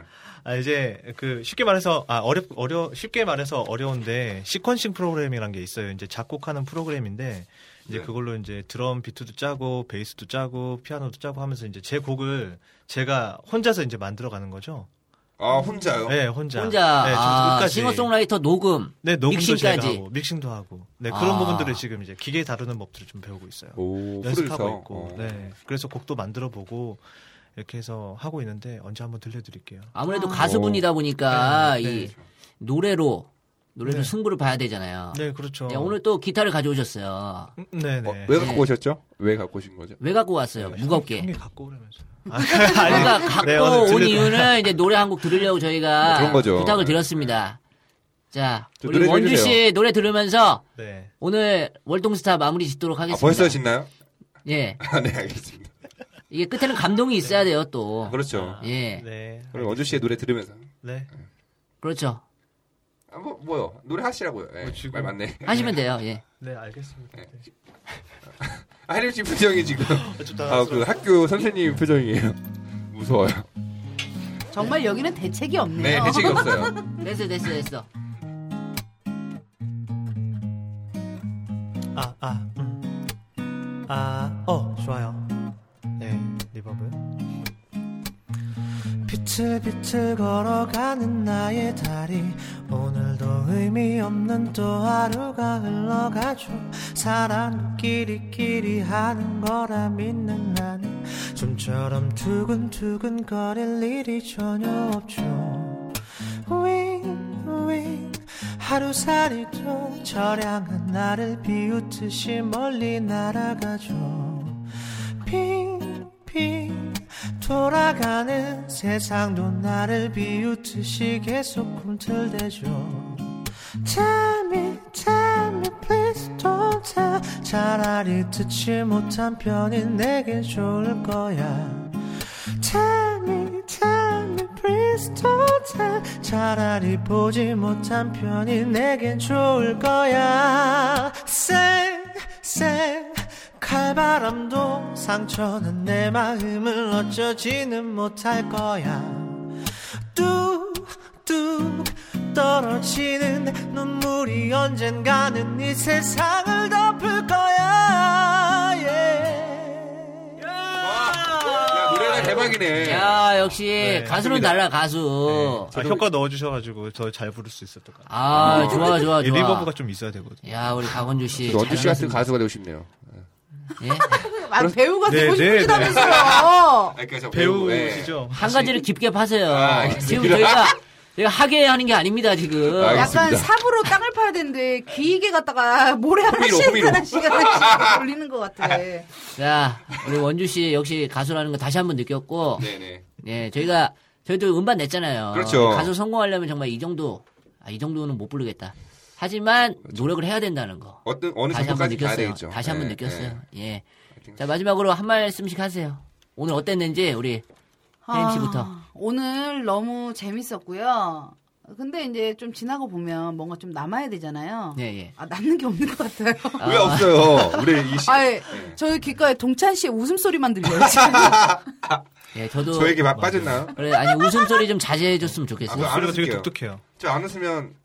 S4: 아 이제 그 쉽게 말해서 아 어렵 어려 쉽게 말해서 어려운데 시퀀싱 프로그램이란 게 있어요. 이제 작곡하는 프로그램인데 이제
S2: 네.
S4: 그걸로 이제 드럼 비트도 짜고 베이스도 짜고 피아노도 짜고 하면서 이제 제 곡을 제가 혼자서 이제 만들어 가는 거죠.
S2: 아 혼자요?
S4: 네, 혼자.
S1: 혼자
S4: 네, 지금
S1: 아,
S4: 끝까지.
S1: 싱어송라이터 녹음.
S4: 네, 녹음도 제가
S1: 믹싱까지.
S4: 하고 믹싱도 하고. 네, 그런
S1: 아.
S4: 부분들을 지금 이제 기계 다루는 법들을 좀 배우고 있어요.
S2: 오
S4: 연습하고
S2: 프로듀서.
S4: 있고.
S2: 어.
S4: 네. 그래서 곡도 만들어 보고 이렇게 해서 하고 있는데 언제 한번 들려 드릴게요.
S1: 아무래도 가수분이다 보니까 이 노래로 노래로
S4: 네.
S1: 승부를 봐야 되잖아요.
S4: 네, 그렇죠.
S1: 야, 오늘 또 기타를 가져오셨어요.
S4: 음, 네, 네.
S2: 어, 왜 갖고
S1: 네.
S2: 오셨죠? 왜 갖고 오신 거죠?
S1: 왜 갖고 왔어요? 무겁게.
S4: 형이 갖고 오라면서. 아,
S1: 그러니까
S4: 아니,
S1: 갖고
S4: 네, 오늘
S1: 온
S4: 들려드릴-
S1: 이유는 이제 노래 한 곡 들으려고 저희가
S2: 뭐 그런 거죠.
S1: 부탁을 드렸습니다. 자,
S2: 저
S1: 우리
S2: 노래 좀
S1: 원주
S2: 해주세요.
S1: 씨 노래 들으면서
S4: 네.
S1: 오늘 월동스타 마무리 짓도록
S2: 아,
S1: 하겠습니다.
S2: 벌써 짓나요?
S1: 예.
S2: 아, 네 알겠습니다.
S1: 이게 끝에는 감동이 있어야 돼요, 또.
S2: 그렇죠.
S1: 예.
S4: 네.
S2: 그럼 원주 씨의 노래 들으면서
S4: 네.
S1: 그렇죠.
S2: 아, 뭐 뭐요? 노래 하시라고요. 예,
S4: 어, 지금-
S2: 말 맞네.
S1: 하시면 돼요, 예.
S4: 네, 알겠습니다. 네.
S2: 아, 하림 씨 표정이 지금
S4: 좀
S2: 아 그
S4: 당황스러워.
S2: 학교 선생님 표정이에요. 무서워요.
S3: 정말 여기는 대책이 없네요.
S2: 네 대책이 없어요.
S1: 됐어, 됐어, 됐어.
S4: 아, 아, 음. 아, 어, 좋아요. 네, 리버브. 비틀비틀 걸어가는 나의 다리 오늘도 의미 없는 또 하루가 흘러가죠 사람끼리끼리 하는 거라 믿는 나는 좀처럼 두근두근 거릴 일이 전혀 없죠 윙윙 하루살이 도 저량한 나를 비웃듯이 멀리 날아가죠 핑핑 돌아가는 세상도 나를 비웃듯이 계속 꿈틀대죠 Tell me, tell me, please don't tell 차라리 듣지 못한 편이 내겐 좋을 거야 Tell me, tell me, please don't tell. 차라리 보지 못한 편이 내겐 좋을 거야. Say, say. 칼바람도 상처는 내 마음을 어쩌지는 못할 거야. 뚝뚝 떨어지는 눈물이 언젠가는 이 세상을 덮을 거야. 예.
S2: 야 노래가 대박이네. 네,
S1: 야, 역시 가수는
S4: 좋습니다.
S1: 달라, 가수.
S4: 아, 효과 넣어주셔가지고 더 잘 부를 수 있었던 것 같아요.
S1: 아, 좋아, 좋아, 좋아.
S4: 이 리버브가 좀 있어야 되거든요.
S1: 야, 우리 강원주 씨.
S2: 저 원주 씨 같은
S1: 잘하셨습니다.
S2: 가수가 되고 싶네요.
S1: 예?
S3: 아, 배우가
S4: 네,
S3: 되고
S4: 네, 네.
S3: 싶으시다면서요.
S2: 아, 그러니까 저
S4: 배우시죠?
S1: 한 가지를 깊게 파세요.
S2: 아, 알겠습니다.
S1: 지금 저희가, 저희가 하게 하는 게 아닙니다, 지금.
S2: 아, 알겠습니다.
S3: 약간 삽으로 땅을 파야 되는데 귀이게 갔다가 모래
S2: 호미로,
S3: 하나씩
S2: 호미로.
S3: 하나씩 하나씩 돌리는 것 같아.
S1: 자, 우리 원주 씨 역시 가수라는 거 다시 한번 느꼈고,
S2: 네. 네네.
S1: 예, 저희가, 저희도 음반 냈잖아요.
S2: 그렇죠.
S1: 가수 성공하려면 정말 이 정도, 아, 이 정도는 못 부르겠다. 하지만 노력을 해야 된다는 거.
S2: 어떤 어느
S1: 다시 한번
S2: 정도까지 그렇죠. 가야
S1: 느꼈어요.
S2: 되겠죠.
S1: 다시 한번
S2: 예,
S1: 느꼈어요. 예.
S2: 예.
S1: 자, 마지막으로 한 말씀씩 하세요. 오늘 어땠는지, 우리 혜림 씨부터.
S3: 아, 오늘 너무 재밌었고요. 근데 이제 좀 지나고 보면 뭔가 좀 남아야 되잖아요.
S1: 예, 예.
S3: 아, 남는 게 없는 것 같아요.
S2: 왜 없어요? 우리 이 시.
S3: 아예 저희 귓가에 동찬 씨의 웃음소리만 들려요. 지금.
S1: 네. 예, 저도.
S2: 저에게 막 빠졌나요?
S1: 그래, 아니, 웃음소리 좀 자제해줬으면 좋겠어요.
S2: 아,
S4: 소리가 되게
S2: 알았을게요.
S4: 독특해요.
S2: 저 안 웃으면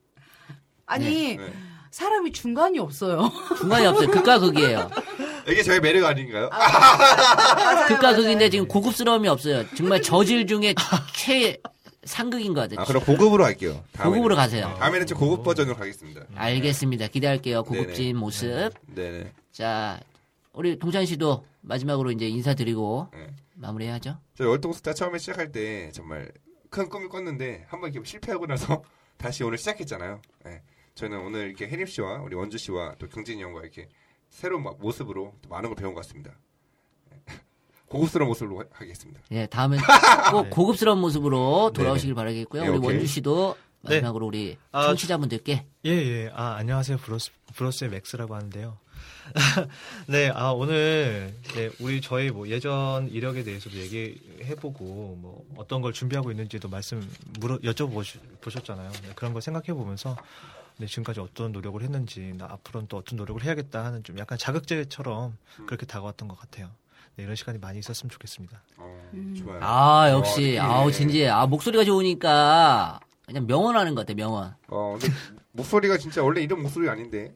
S3: 아니
S2: 네.
S3: 사람이 중간이 없어요.
S2: 그-
S1: 중간이 없어요. 극과 극이에요.
S2: 이게 저의 매력 아닌가요?
S3: 맞아요,
S1: 극과
S3: 맞아요.
S1: 극인데 지금 고급스러움이 없어요. 정말 저질 중에 최상극인 것 같아요.
S2: 아, 그럼 고급으로 할게요. 다음에는.
S1: 고급으로 가세요.
S2: 다음에는 좀 고급 버전으로 가겠습니다.
S4: 음.
S1: 알겠습니다. 기대할게요. 고급진
S2: 네네.
S1: 모습.
S2: 네네.
S1: 자, 우리 동찬 씨도 마지막으로 이제 인사드리고
S2: 네.
S1: 마무리해야죠.
S2: 저 월동스타 처음에 시작할 때 정말 큰 꿈을 꿨는데 한 번 이렇게 실패하고 나서 다시 오늘 시작했잖아요. 예. 저는 오늘 이렇게 해림 씨와 우리 원주 씨와 또 경진이 형과 이렇게 새로운 마- 모습으로 또 많은 걸 배운 것 같습니다. 예. 고급스러운 모습으로 하- 하겠습니다.
S1: 예, 다음은
S4: 네.
S1: 꼭 고급스러운 모습으로 돌아오시길 바라겠고요.
S2: 네,
S1: 우리
S2: 오케이. 네.
S1: 원주 씨도
S4: 네.
S1: 마지막으로 우리
S4: 아,
S1: 청취자분들께
S4: 예, 예. 아, 안녕하세요. 브로스, 브로스의 맥스라고 하는데요. 네, 아, 오늘, 네, 우리 저희 뭐 예전 이력에 대해서도 얘기해보고, 뭐 어떤 걸 준비하고 있는지도 말씀 물어, 여쭤보셨잖아요. 네, 그런 걸 생각해보면서, 네, 지금까지 어떤 노력을 했는지, 나 앞으로는 또 어떤 노력을 해야겠다 하는 좀 약간 자극제처럼 그렇게 다가왔던 것 같아요. 네, 이런 시간이 많이 있었으면 좋겠습니다.
S2: 어, 좋아요.
S1: 아, 역시
S2: 어,
S1: 아우
S2: 예.
S1: 진지 아 목소리가 좋으니까 그냥 명언하는 것 같아. 명언.
S2: 어, 근데 목소리가 진짜 원래 이런 목소리 아닌데.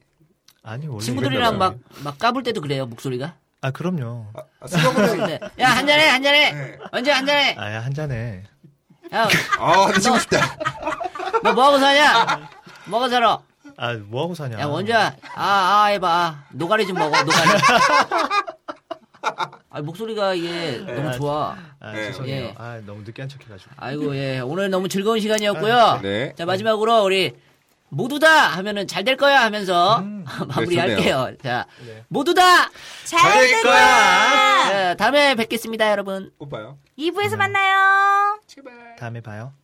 S4: 아니, 원래.
S1: 친구들이랑
S4: 이런-
S1: 막 막 까불 때도 그래요. 목소리가.
S4: 아, 그럼요.
S2: 아, 아, 수정은
S1: 네. 야, 한잔해. 한잔해.
S2: 네.
S1: 언제 한잔해?
S4: 아, 야, 한 잔에.
S1: 야,
S2: 아, 근데 지고 싶다.
S1: 너 뭐하고 사냐? 뭐하고 살아?
S4: 아, 뭐하고 사냐.
S1: 야, 원주야. 아, 아, 해봐. 아, 노가리 좀 먹어. 노가리. 아, 목소리가 이게
S3: 네.
S1: 너무 좋아.
S4: 아,
S2: 네.
S4: 죄송해요.
S1: 예.
S4: 아, 너무 느끼한 척 해가지고.
S1: 아이고 예 오늘 너무 즐거운
S3: 아,
S1: 시간이었고요.
S2: 네.
S1: 자 마지막으로 우리 모두 다 하면은 잘 될 거야 하면서
S3: 음,
S1: 마무리할게요. 자 모두 다
S3: 네. 잘될 거야.
S1: 자, 다음에 뵙겠습니다 여러분.
S2: 오빠요.
S3: 이부에서 만나요.
S2: 제발.
S4: 다음에 봐요.